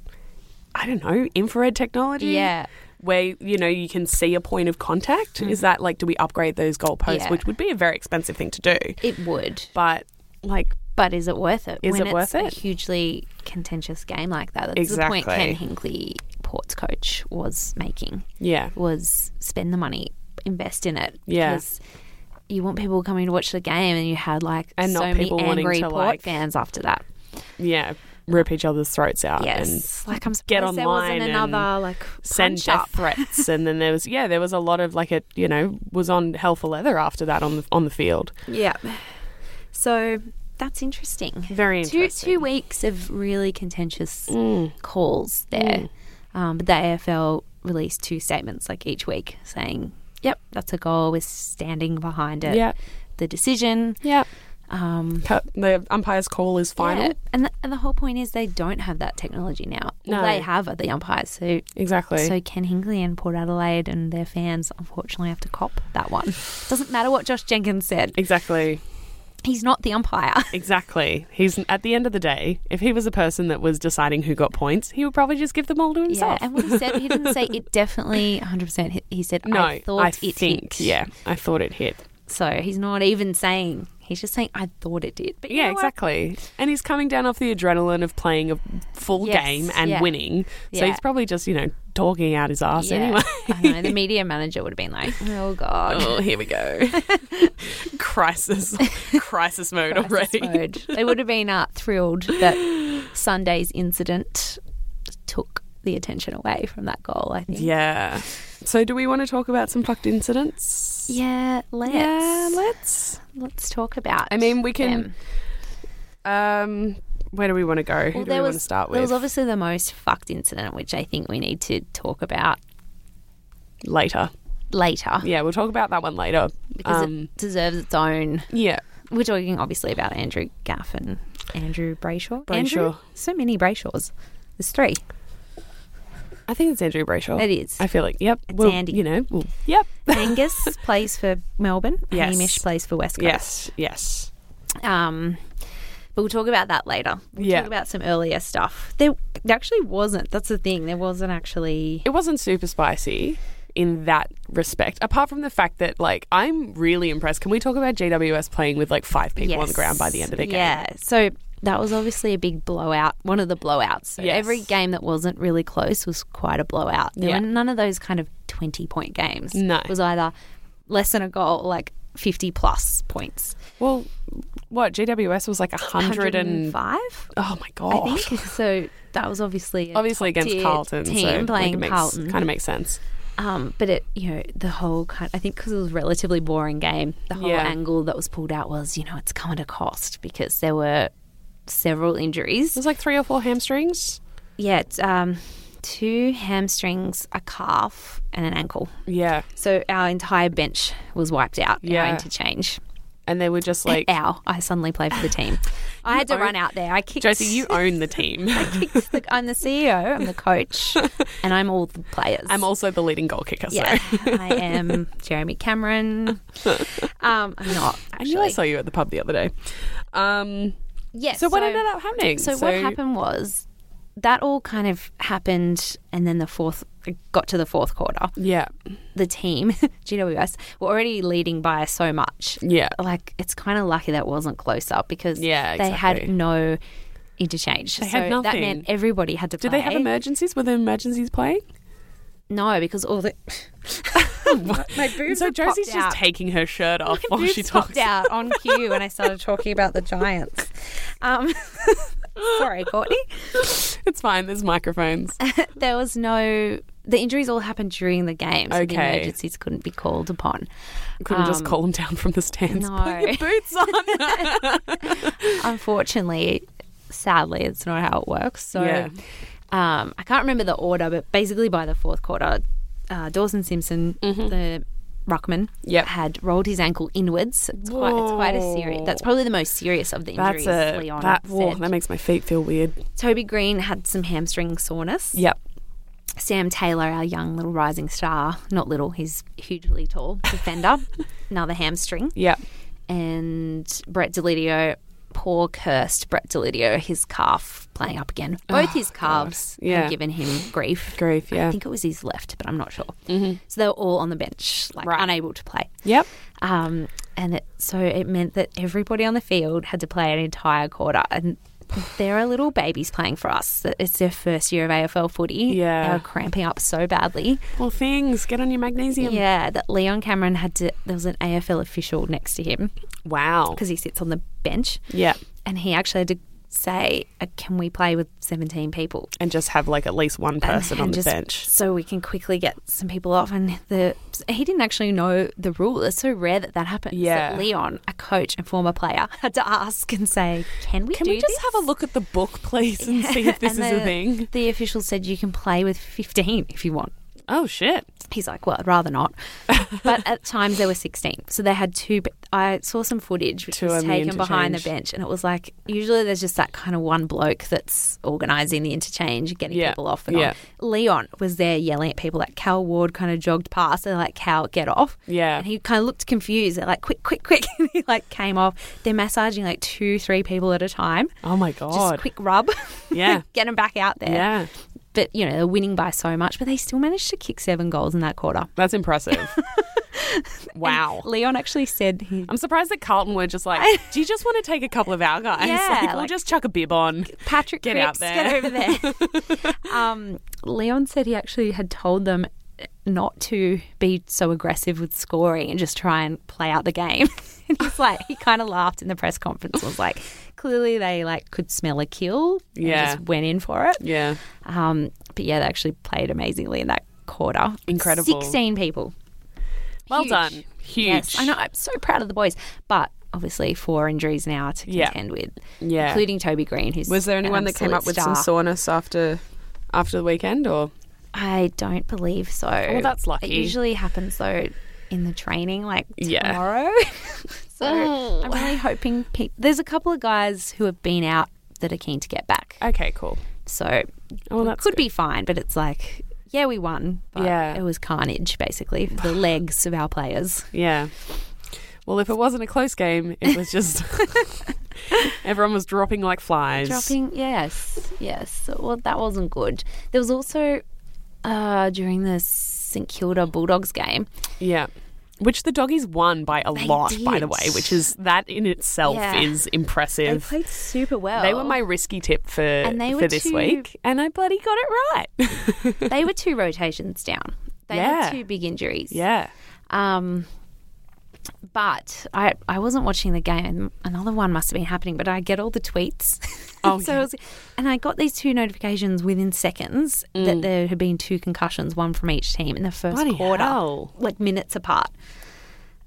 Speaker 2: i don't know infrared technology
Speaker 1: Yeah.
Speaker 2: where you know you can see a point of contact is that like do we upgrade those goalposts
Speaker 1: Mm-hmm. Yeah.
Speaker 2: which would be a very expensive thing to do
Speaker 1: it would.
Speaker 2: but like
Speaker 1: But is it worth it?
Speaker 2: Is
Speaker 1: when
Speaker 2: it worth
Speaker 1: it's
Speaker 2: it?
Speaker 1: A hugely contentious game like that. That's the point
Speaker 2: Exactly.
Speaker 1: Ken Hinkley, Port's coach, was making.
Speaker 2: yeah
Speaker 1: was spend the money, invest in it.
Speaker 2: Yeah.
Speaker 1: Because you want people coming to watch the game, and you had like
Speaker 2: And
Speaker 1: so
Speaker 2: not
Speaker 1: many
Speaker 2: people wanting
Speaker 1: angry
Speaker 2: to,
Speaker 1: Port
Speaker 2: like-
Speaker 1: fans after that.
Speaker 2: yeah rip each other's throats out and
Speaker 1: Yes, like I'm surprised
Speaker 2: get
Speaker 1: there
Speaker 2: online
Speaker 1: wasn't
Speaker 2: and
Speaker 1: another like
Speaker 2: send
Speaker 1: punch
Speaker 2: death
Speaker 1: up.
Speaker 2: threats and then there was yeah there was a lot of like it you know was on hell for leather after that on the on the field
Speaker 1: Yeah. So that's interesting.
Speaker 2: very
Speaker 1: Two
Speaker 2: interesting Mm.
Speaker 1: two weeks of really contentious calls there, um, but the AFL released two statements like each week saying, "Yep, that's a goal. We're standing behind it.
Speaker 2: yeah
Speaker 1: The decision."
Speaker 2: yeah
Speaker 1: Um,
Speaker 2: cut the umpire's call is final.
Speaker 1: Yeah. And, the, and the whole point is they don't have that technology now.
Speaker 2: No.
Speaker 1: All they have are the umpires. So,
Speaker 2: Exactly.
Speaker 1: so Ken Hinkley and Port Adelaide and their fans unfortunately have to cop that one. Doesn't matter what Josh Jenkins said.
Speaker 2: exactly.
Speaker 1: He's not the umpire.
Speaker 2: Exactly. He's at the end of the day, if he was a person that was deciding who got points, he would probably just give them all to himself.
Speaker 1: And what he said, he didn't say it definitely 100%. hit. He said,
Speaker 2: no,
Speaker 1: I thought it
Speaker 2: think.
Speaker 1: hit.
Speaker 2: Yeah, I thought it hit.
Speaker 1: So he's not even saying, he's just saying, I thought it did. But you
Speaker 2: Yeah,
Speaker 1: know what?
Speaker 2: exactly. And he's coming down off the adrenaline of playing a full
Speaker 1: Yes,
Speaker 2: game and
Speaker 1: yeah.
Speaker 2: winning. So
Speaker 1: Yeah.
Speaker 2: he's probably just, you know, talking out his ass
Speaker 1: Yeah.
Speaker 2: anyway.
Speaker 1: I know. The media manager would have been like, oh, God.
Speaker 2: Oh, here we go. crisis, crisis mode
Speaker 1: crisis
Speaker 2: already.
Speaker 1: mode. They would have been uh, thrilled that Sunday's incident the attention away from that goal, I think.
Speaker 2: Yeah. So, do we want to talk about some fucked incidents?
Speaker 1: Yeah, let's
Speaker 2: Yeah, let's.
Speaker 1: let's talk about.
Speaker 2: I mean, we can.
Speaker 1: them.
Speaker 2: Um, where do we want to go? Who
Speaker 1: Well,
Speaker 2: do we want to start
Speaker 1: There was
Speaker 2: with?
Speaker 1: obviously the most fucked incident, which I think we need to talk about
Speaker 2: later.
Speaker 1: later
Speaker 2: Yeah, we'll talk about that one later.
Speaker 1: because
Speaker 2: Um,
Speaker 1: it deserves its own.
Speaker 2: yeah.
Speaker 1: We're talking obviously about Andrew Gaff and Andrew Brayshaw. Andrew,
Speaker 2: Brayshaw.
Speaker 1: so many Brayshaws. There's three.
Speaker 2: I think it's Andrew Brayshaw.
Speaker 1: It is.
Speaker 2: I feel like, yep.
Speaker 1: It's
Speaker 2: well,
Speaker 1: Andy.
Speaker 2: You know, well, yep.
Speaker 1: Angus plays for Melbourne.
Speaker 2: Yes.
Speaker 1: Hamish plays for West Coast.
Speaker 2: yes, yes.
Speaker 1: Um, but we'll talk about that later. We'll
Speaker 2: Yeah.
Speaker 1: talk about some earlier stuff. There, there actually wasn't. That's the thing. There wasn't actually.
Speaker 2: It wasn't super spicy in that respect, apart from the fact that, like, I'm really impressed. Can we talk about GWS playing with, like, five people on the ground by the end of the game?
Speaker 1: Yeah. So that was obviously a big blowout, one of the blowouts. So
Speaker 2: Yes.
Speaker 1: every game that wasn't really close was quite a blowout. There
Speaker 2: Yeah.
Speaker 1: were none of those kind of 20 point games.
Speaker 2: No.
Speaker 1: It was either less than a goal, like 50 plus points.
Speaker 2: Well, what? GWS was like a 100 and.
Speaker 1: 105?
Speaker 2: Oh, my
Speaker 1: I
Speaker 2: God.
Speaker 1: think so. That was obviously a
Speaker 2: Obviously
Speaker 1: top-tier
Speaker 2: against Carlton.
Speaker 1: team
Speaker 2: so,
Speaker 1: playing
Speaker 2: like,
Speaker 1: Carlton.
Speaker 2: Kind of makes sense.
Speaker 1: Um, but it, you know, the whole kind. I think because it was a relatively boring game, the whole
Speaker 2: Yeah.
Speaker 1: angle that was pulled out was, you know, it's come at a cost because there were several injuries.
Speaker 2: There's like three or four hamstrings.
Speaker 1: Yeah, it's, um, two hamstrings, a calf, and an ankle.
Speaker 2: Yeah.
Speaker 1: So our entire bench was wiped out. Our
Speaker 2: Yeah.
Speaker 1: interchange.
Speaker 2: And they were just like,
Speaker 1: Our. I suddenly played for the team. I had to
Speaker 2: own-
Speaker 1: run out there. I kicked.
Speaker 2: Josie, you own the team.
Speaker 1: kicked the, I'm the CEO. I'm the coach, and I'm all the players.
Speaker 2: I'm also the leading goal kicker. So.
Speaker 1: Yeah, I am Jeremy Cameron. Um, I'm not.
Speaker 2: I
Speaker 1: Actually.
Speaker 2: knew I saw you at the pub the other day. Um,
Speaker 1: Yeah.
Speaker 2: so, what ended up happening?
Speaker 1: So, what happened was that all kind of happened, and then the fourth it got to the fourth quarter.
Speaker 2: Yeah,
Speaker 1: The team GWS were already leading by so much.
Speaker 2: yeah,
Speaker 1: Like it's kind of lucky that wasn't closer because
Speaker 2: yeah.
Speaker 1: they had
Speaker 2: exactly.
Speaker 1: no interchange.
Speaker 2: They had
Speaker 1: so that
Speaker 2: nothing.
Speaker 1: meant everybody had to
Speaker 2: Did
Speaker 1: play.
Speaker 2: they have emergencies? Were the emergencies playing?
Speaker 1: no, because all the my boobs
Speaker 2: so
Speaker 1: have
Speaker 2: Josie's
Speaker 1: popped
Speaker 2: just
Speaker 1: out.
Speaker 2: taking her shirt off
Speaker 1: My
Speaker 2: while she
Speaker 1: boobs popped
Speaker 2: talks.
Speaker 1: out on cue when I started talking about the Giants. Um, sorry, Courtney.
Speaker 2: It's fine. There's microphones.
Speaker 1: There was no. The injuries all happened during the game, so the
Speaker 2: Okay.
Speaker 1: emergencies couldn't be called upon.
Speaker 2: Couldn't just
Speaker 1: Um,
Speaker 2: call them down from the stands.
Speaker 1: no.
Speaker 2: Put your boots on.
Speaker 1: Unfortunately, sadly, it's not how it works. So
Speaker 2: Yeah.
Speaker 1: um, I can't remember the order, but basically by the fourth quarter, uh, Dawson Simpson, the ruckman,
Speaker 2: Mm-hmm. Yep.
Speaker 1: had rolled his ankle inwards. It's quite, it's quite a serious. That's probably the most serious of the
Speaker 2: That's
Speaker 1: injuries.
Speaker 2: a
Speaker 1: Leon
Speaker 2: that. whoa,
Speaker 1: said.
Speaker 2: that makes my feet feel weird.
Speaker 1: Toby Green had some hamstring soreness.
Speaker 2: Yep.
Speaker 1: Sam Taylor, our young little rising star, not little, he's hugely tall defender, another hamstring.
Speaker 2: Yep.
Speaker 1: And Brett Delidio, poor cursed Brett Delidio, his calf playing up again. Both his calves
Speaker 2: God. Oh, Yeah.
Speaker 1: have given him grief.
Speaker 2: Grief. Yeah. Mm-hmm.
Speaker 1: I think it was his left, but I'm not sure. So they were all on the bench, like
Speaker 2: Right.
Speaker 1: unable to play.
Speaker 2: Yep.
Speaker 1: Um, and it, so it meant that everybody on the field had to play an entire quarter. And there are little babies playing for us. It's their first year of AFL footy.
Speaker 2: Yeah.
Speaker 1: They were cramping up so badly.
Speaker 2: Well, things. Get on your magnesium.
Speaker 1: Yeah, that Leon Cameron had to, there was an AFL official next to him
Speaker 2: Wow.
Speaker 1: because he sits on the bench.
Speaker 2: Yeah.
Speaker 1: And he actually had to say, uh, Can we play with 17 people?
Speaker 2: And just have like at least one
Speaker 1: and-
Speaker 2: person
Speaker 1: and
Speaker 2: on the
Speaker 1: just
Speaker 2: bench.
Speaker 1: so we can quickly get some people off. And the he didn't actually know the rule. It's so rare that that happens.
Speaker 2: Yeah.
Speaker 1: that Leon, a coach and former player, had to ask and say, "Can we?
Speaker 2: Can
Speaker 1: do
Speaker 2: we just
Speaker 1: this?"
Speaker 2: have a look at the book, please, and see if this
Speaker 1: And
Speaker 2: is
Speaker 1: the,
Speaker 2: a thing?
Speaker 1: The official said you can play with fifteen if you want.
Speaker 2: Oh shit!
Speaker 1: He's like, well, I'd rather not. but at times there were 16. So they had two. I saw some footage which
Speaker 2: Two
Speaker 1: was
Speaker 2: on the
Speaker 1: taken behind the
Speaker 2: interchange.
Speaker 1: bench, and it was like, usually there's just that kind of one bloke that's organising the interchange, getting
Speaker 2: Yeah.
Speaker 1: people off and
Speaker 2: Yeah.
Speaker 1: on. Leon was there yelling at people. Like, Cal Ward kind of jogged past, and they're like, Cal, get off.
Speaker 2: Yeah.
Speaker 1: And he kind of looked confused. They're like, quick, quick, quick. and he like came off. They're massaging like two, three people at a time.
Speaker 2: Oh my god!
Speaker 1: Just quick rub.
Speaker 2: Yeah.
Speaker 1: get them back out there.
Speaker 2: yeah,
Speaker 1: But, you know, they're winning by so much, but they still managed to kick seven goals in that quarter.
Speaker 2: that's impressive. wow!
Speaker 1: Leon actually said he
Speaker 2: I'm surprised that Carlton were just like, do you just want to take a couple of our guys?
Speaker 1: Yeah,
Speaker 2: like, we'll
Speaker 1: like-
Speaker 2: just chuck a bib on.
Speaker 1: Patrick
Speaker 2: Get
Speaker 1: Cripps,
Speaker 2: out there.
Speaker 1: get over there. um, Leon said he actually had told them not to be so aggressive with scoring and just try and play out the game. and he's like, he kind of laughed in the press conference. Was like, clearly they like could smell a kill. and
Speaker 2: Yeah.
Speaker 1: just went in for it.
Speaker 2: Yeah.
Speaker 1: Um, but yeah, they actually played amazingly in that quarter.
Speaker 2: Incredible.
Speaker 1: Sixteen people.
Speaker 2: Well
Speaker 1: Huge.
Speaker 2: done. Huge.
Speaker 1: Yes, I know. I'm so proud of the boys, but obviously four injuries now to
Speaker 2: Yeah.
Speaker 1: contend with,
Speaker 2: Yeah.
Speaker 1: including Toby Green. Who's
Speaker 2: Was there
Speaker 1: an
Speaker 2: anyone that came
Speaker 1: absolute
Speaker 2: up with
Speaker 1: star.
Speaker 2: some soreness after after the weekend or
Speaker 1: I don't believe so.
Speaker 2: Oh, Well, that's lucky.
Speaker 1: It usually happens though in the training, like
Speaker 2: Yeah. Mm.
Speaker 1: tomorrow. so I'm really hoping. Pe- There's a couple of guys who have been out that are keen to get back,
Speaker 2: Okay, cool.
Speaker 1: so
Speaker 2: Oh,
Speaker 1: it
Speaker 2: that's
Speaker 1: could be fine. But it's like, yeah, we won. But
Speaker 2: Yeah.
Speaker 1: it was carnage basically for the legs of our players.
Speaker 2: Yeah. Well, if it wasn't a close game, it was just everyone was dropping like flies.
Speaker 1: Dropping, yes, yes. So, well, that wasn't good. There was also uh, during the St Kilda Bulldogs game.
Speaker 2: Yeah. Which the doggies won by a
Speaker 1: They
Speaker 2: lot, by the
Speaker 1: did.
Speaker 2: way, which is that in itself
Speaker 1: Yeah.
Speaker 2: is impressive.
Speaker 1: They played super well.
Speaker 2: They were my risky tip for
Speaker 1: they
Speaker 2: for
Speaker 1: were
Speaker 2: this
Speaker 1: too-
Speaker 2: week, and I bloody got it right.
Speaker 1: they were two rotations down. They
Speaker 2: Yeah.
Speaker 1: had two big injuries.
Speaker 2: yeah,
Speaker 1: Um, but I I wasn't watching the game. Another one must have been happening, but I get all the tweets.
Speaker 2: Oh,
Speaker 1: so
Speaker 2: yeah.
Speaker 1: it was, and I got these two notifications within seconds that there had been two concussions, one from each team in the first
Speaker 2: Mm. Bloody
Speaker 1: quarter,
Speaker 2: hell.
Speaker 1: like minutes apart,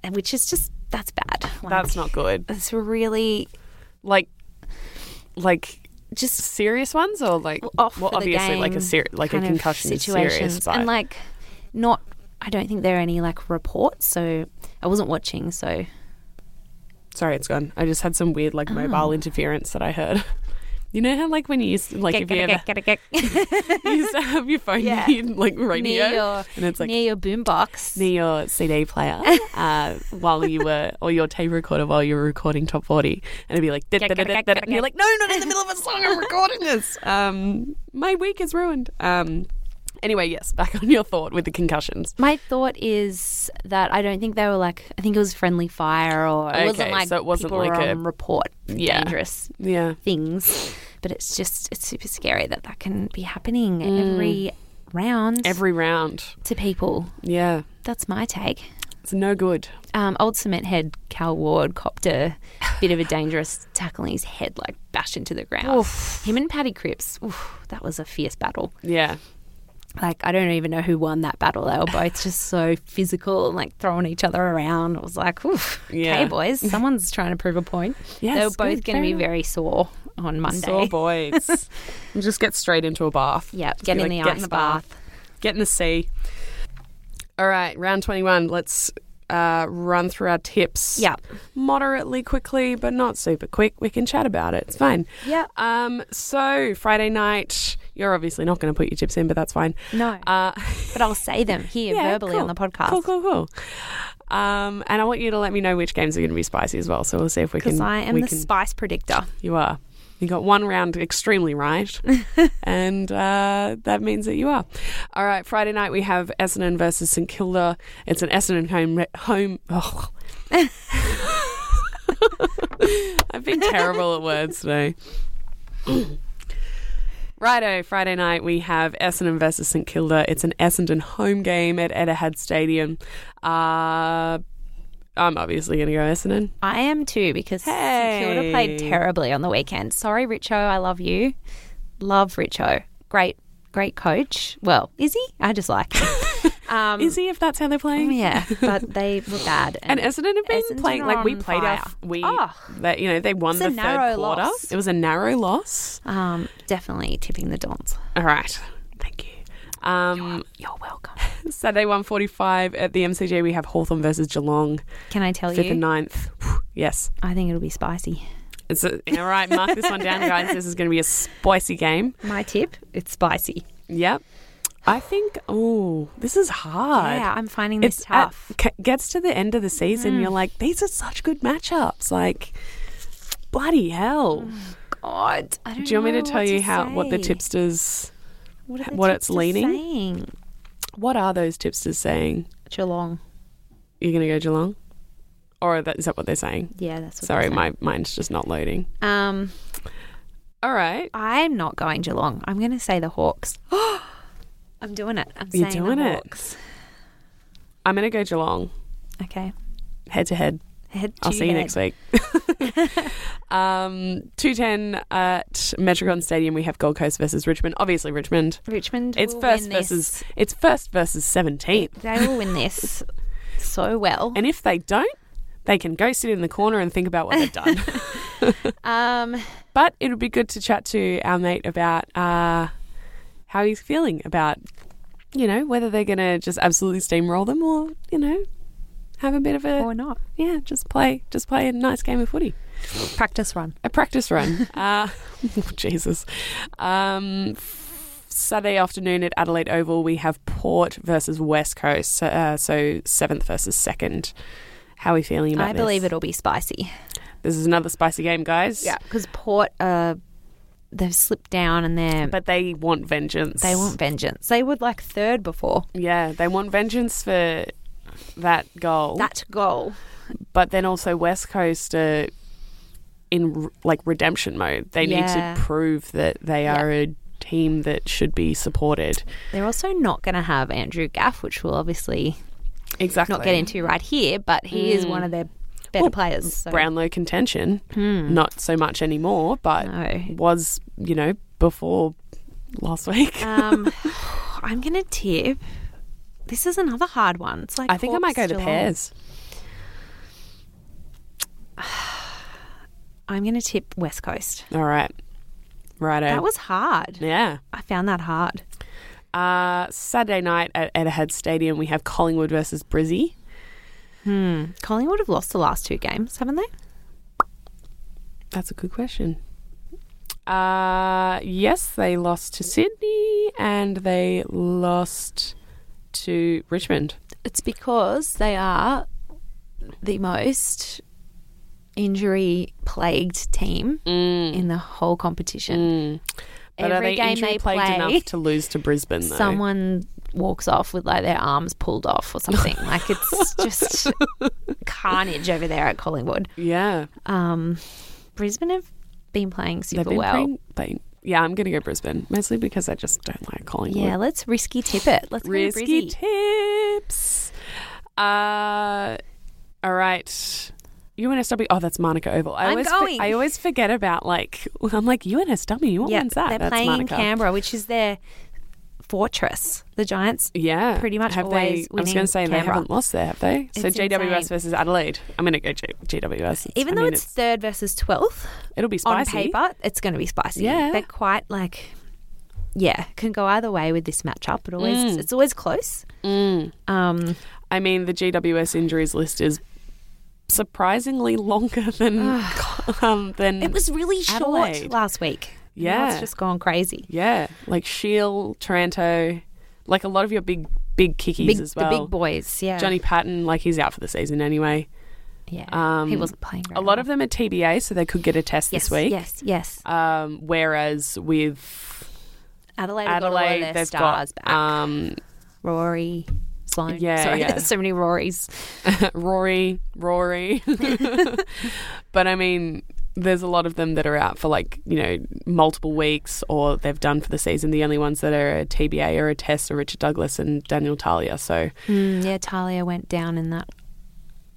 Speaker 1: and which is just that's bad. Like,
Speaker 2: that's not good.
Speaker 1: It's really
Speaker 2: Like, like
Speaker 1: just
Speaker 2: serious ones or like
Speaker 1: off
Speaker 2: well,
Speaker 1: for the
Speaker 2: obviously like a
Speaker 1: game
Speaker 2: ser- like a
Speaker 1: kind of
Speaker 2: concussion is serious,
Speaker 1: situations.
Speaker 2: but
Speaker 1: and like not I don't think there are any like reports, so I wasn't watching, so
Speaker 2: sorry, it's gone. I just had some weird like mobile
Speaker 1: Oh.
Speaker 2: interference that I heard. You know how like when you used to, like if you ever you used to have your phone
Speaker 1: Yeah.
Speaker 2: in like radio
Speaker 1: near your
Speaker 2: and it's like
Speaker 1: near your boombox.
Speaker 2: near your CD player uh, while you were, or your tape recorder while you were recording Top 40. And it'd be like, "Da- da- da- da- da," and you're like, no, not in the middle of a song, I'm recording this. Um, my week is ruined. Um, anyway, yes, back on your thought with the concussions.
Speaker 1: My thought is that I don't think they were like I think it was friendly fire or it
Speaker 2: Okay,
Speaker 1: wasn't like
Speaker 2: so it wasn't
Speaker 1: people
Speaker 2: like
Speaker 1: were
Speaker 2: a-
Speaker 1: on report
Speaker 2: Yeah.
Speaker 1: dangerous
Speaker 2: Yeah.
Speaker 1: things, but it's just it's super scary that that can be happening every round
Speaker 2: Every round.
Speaker 1: to people.
Speaker 2: Yeah.
Speaker 1: That's my take.
Speaker 2: It's no good.
Speaker 1: um, old cement head Cal Ward copped a bit of a dangerous tackle and his head like bashed into the ground. Him and Paddy Cripps, oof, that was a fierce battle.
Speaker 2: Yeah.
Speaker 1: Like I don't even know who won that battle. They were both just so physical and like throwing each other around. It was like, oof,
Speaker 2: Yeah.
Speaker 1: okay, boys, someone's trying to prove a point.
Speaker 2: Yes,
Speaker 1: they were both
Speaker 2: good,
Speaker 1: going
Speaker 2: fair
Speaker 1: to be
Speaker 2: enough.
Speaker 1: very sore on Monday.
Speaker 2: Sore boys. and just get straight into a bath.
Speaker 1: Yeah,
Speaker 2: Just
Speaker 1: get
Speaker 2: be
Speaker 1: in
Speaker 2: like,
Speaker 1: the ice bath.
Speaker 2: Get in the sea. All right, round 21. Let's uh, run through our tips.
Speaker 1: Yeah.
Speaker 2: Moderately quickly, but not super quick. We can chat about it. It's fine.
Speaker 1: Yeah.
Speaker 2: Um. So, Friday night, you're obviously not going to put your tips in, but that's fine.
Speaker 1: No,
Speaker 2: Uh,
Speaker 1: but I'll say them here
Speaker 2: yeah,
Speaker 1: verbally
Speaker 2: cool.
Speaker 1: on the podcast.
Speaker 2: Cool, cool, cool. Um, and I want you to let me know which games are going to be spicy as well. So we'll see if we can.
Speaker 1: Because I am
Speaker 2: we
Speaker 1: the
Speaker 2: can,
Speaker 1: spice predictor.
Speaker 2: you are. You got one round extremely right, and uh, that means that you are. All right, Friday night we have Essendon versus St Kilda. It's an Essendon home home. Oh. I've been terrible at words today. Righto, Friday night we have Essendon versus St Kilda. It's an Essendon home game at Etihad Stadium. Uh, I'm obviously going to go Essendon.
Speaker 1: I am too because St Kilda
Speaker 2: Hey.
Speaker 1: played terribly on the weekend. Sorry, Richo, I love you. Love Richo. Great, great coach. Well, is he? I just like him. um,
Speaker 2: Is he? If that's how they're playing,
Speaker 1: Yeah, but they were bad.
Speaker 2: And Essendon have been
Speaker 1: Essendon
Speaker 2: playing
Speaker 1: are
Speaker 2: like we
Speaker 1: on
Speaker 2: played our
Speaker 1: fire.
Speaker 2: we
Speaker 1: Oh.
Speaker 2: that you know they won
Speaker 1: It's
Speaker 2: the
Speaker 1: a
Speaker 2: third
Speaker 1: narrow
Speaker 2: quarter.
Speaker 1: loss.
Speaker 2: It was a narrow loss.
Speaker 1: um, definitely tipping the Dons.
Speaker 2: All right, thank you. Um,
Speaker 1: You're welcome.
Speaker 2: Saturday one forty five at the MCG we have Hawthorn versus Geelong
Speaker 1: Can I tell
Speaker 2: fifth and
Speaker 1: you?
Speaker 2: 9th. Yes,
Speaker 1: I think it'll be spicy.
Speaker 2: it's a, all right. Mark this one down, guys. This is going to be a spicy game.
Speaker 1: My tip: it's spicy.
Speaker 2: Yep. I think. Oh, this is hard.
Speaker 1: Yeah, I'm finding this
Speaker 2: It's at-
Speaker 1: tough. Mm.
Speaker 2: c- gets to the end of the season, you're like, these are such good matchups. Like, bloody hell.
Speaker 1: God, I don't
Speaker 2: Do you want me
Speaker 1: know
Speaker 2: to tell
Speaker 1: what
Speaker 2: you how what the
Speaker 1: say.
Speaker 2: tipsters
Speaker 1: What, are the
Speaker 2: what it's
Speaker 1: tipsters
Speaker 2: leaning?
Speaker 1: saying?
Speaker 2: what are those tipsters saying?
Speaker 1: Geelong.
Speaker 2: You're gonna go Geelong? Or that, is that what they're saying?
Speaker 1: Yeah, that's what
Speaker 2: Sorry,
Speaker 1: they're
Speaker 2: my mind's just not loading.
Speaker 1: saying. Um,
Speaker 2: All right.
Speaker 1: I'm not going Geelong. I'm going to say the Hawks. I'm doing it. I'm
Speaker 2: You're
Speaker 1: saying
Speaker 2: doing
Speaker 1: the
Speaker 2: it.
Speaker 1: Hawks.
Speaker 2: I'm going to go Geelong
Speaker 1: Okay.
Speaker 2: head to head.
Speaker 1: Head
Speaker 2: I'll
Speaker 1: to
Speaker 2: see you
Speaker 1: head.
Speaker 2: next week. um, 210 at Metricon Stadium, we have Gold Coast versus Richmond. Obviously, Richmond.
Speaker 1: Richmond.
Speaker 2: It's
Speaker 1: will
Speaker 2: first
Speaker 1: win this.
Speaker 2: versus it's first versus 17th.
Speaker 1: They will win this so well.
Speaker 2: And if they don't, they can go sit in the corner and think about what they've done.
Speaker 1: Um,
Speaker 2: but it would be good to chat to our mate about uh, how he's feeling about, you know, whether they're going to just absolutely steamroll them or, you know, have a bit of a
Speaker 1: or not.
Speaker 2: yeah, just play, just play a nice game of footy.
Speaker 1: Practice run.
Speaker 2: a practice run. uh, Jesus. Um, Saturday afternoon at Adelaide Oval, we have Port versus West Coast. So, uh, so seventh versus second. How are we feeling about
Speaker 1: I
Speaker 2: this?
Speaker 1: believe it'll be spicy.
Speaker 2: This is another spicy game, guys.
Speaker 1: Because Port, uh, they've slipped down and they're.
Speaker 2: But they want vengeance.
Speaker 1: they want vengeance. They were like third before
Speaker 2: Yeah, they want vengeance for that goal.
Speaker 1: that goal.
Speaker 2: but then also West Coast are in like redemption mode. They
Speaker 1: Yeah.
Speaker 2: need to prove that they
Speaker 1: Yeah.
Speaker 2: are a team that should be supported.
Speaker 1: They're also not going to have Andrew Gaff, which we'll obviously
Speaker 2: Exactly.
Speaker 1: not get into right here, but he is one of their better
Speaker 2: Well,
Speaker 1: players. So. Hmm,
Speaker 2: Brownlow contention. Not so much anymore, but
Speaker 1: Mm. No.
Speaker 2: was, you know, before last week.
Speaker 1: Um, I'm going to tip. This is another hard one. It's like
Speaker 2: I think I might go
Speaker 1: Hawks,
Speaker 2: to
Speaker 1: Geelong.
Speaker 2: pairs.
Speaker 1: I'm going to tip West Coast.
Speaker 2: All right. Righto.
Speaker 1: That was hard.
Speaker 2: yeah.
Speaker 1: I found that hard.
Speaker 2: Uh, Saturday night at Etihad Stadium, we have Collingwood versus Brizzy.
Speaker 1: Collingwood have lost the last two games, haven't they?
Speaker 2: That's a good question. Uh, yes, they lost to Sydney and they lost to Richmond.
Speaker 1: It's because they are the most injury plagued team in the whole competition.
Speaker 2: Mm. But are
Speaker 1: Every
Speaker 2: they
Speaker 1: game
Speaker 2: injury
Speaker 1: they
Speaker 2: plagued
Speaker 1: play,
Speaker 2: enough to lose to Brisbane, though?
Speaker 1: someone walks off with like their arms pulled off or something. like it's just carnage over there at Collingwood.
Speaker 2: Yeah.
Speaker 1: Um, Brisbane have been playing super
Speaker 2: They've been
Speaker 1: well.
Speaker 2: playing, playing- Yeah, I'm going to go Brisbane mostly because I just don't like Collingwood.
Speaker 1: yeah, let's risky tip it. Let's
Speaker 2: risky
Speaker 1: go Brizzy.
Speaker 2: tips. Uh, all right. UNSW. Oh, that's Monica Oval. I
Speaker 1: I'm
Speaker 2: always
Speaker 1: going.
Speaker 2: I always forget about like I'm like UNSW. What
Speaker 1: Yeah,
Speaker 2: one's that?
Speaker 1: they're
Speaker 2: that's
Speaker 1: playing
Speaker 2: Monica.
Speaker 1: in Canberra, which is their fortress. The Giants.
Speaker 2: Yeah,
Speaker 1: pretty much
Speaker 2: Have
Speaker 1: always
Speaker 2: they? I was
Speaker 1: winning
Speaker 2: going to say they
Speaker 1: Canberra.
Speaker 2: haven't lost there, have they? so
Speaker 1: It's
Speaker 2: JWS
Speaker 1: insane.
Speaker 2: versus Adelaide. I'm going to go G- GWS. It's-
Speaker 1: Even
Speaker 2: I
Speaker 1: though
Speaker 2: mean,
Speaker 1: it's, third versus twelfth
Speaker 2: it'll be
Speaker 1: on
Speaker 2: spicy.
Speaker 1: paper, it's going to be spicy.
Speaker 2: Yeah.
Speaker 1: they're quite like, yeah, can go either way with this matchup. It always
Speaker 2: Mm.
Speaker 1: it's always close. Um,
Speaker 2: I mean, the GWS injuries list is surprisingly longer than um, than
Speaker 1: it was really short
Speaker 2: Adelaide.
Speaker 1: last week. Now
Speaker 2: Yeah.
Speaker 1: it's just gone crazy.
Speaker 2: Yeah, like Shield, Taranto, like a lot of your big big kickies
Speaker 1: Big,
Speaker 2: as well.
Speaker 1: The big boys, yeah.
Speaker 2: Johnny Patton, like he's out for the season anyway.
Speaker 1: yeah.
Speaker 2: um,
Speaker 1: he wasn't playing. Very
Speaker 2: A lot of them are TBA, so they could get a test
Speaker 1: yes,
Speaker 2: this week.
Speaker 1: Yes, yes.
Speaker 2: Um, whereas with
Speaker 1: Adelaide, have got all
Speaker 2: Adelaide,
Speaker 1: of their
Speaker 2: they've
Speaker 1: stars
Speaker 2: got
Speaker 1: back.
Speaker 2: um,
Speaker 1: Rory Sloan.
Speaker 2: Yeah,
Speaker 1: Sorry,
Speaker 2: yeah.
Speaker 1: there's so many Rorys.
Speaker 2: Rory, Rory. but I mean, there's a lot of them that are out for like you know multiple weeks or they've done for the season. The only ones that are a TBA or a test are Richard Douglas and Daniel Talia. So
Speaker 1: Mm, yeah, Talia went down in that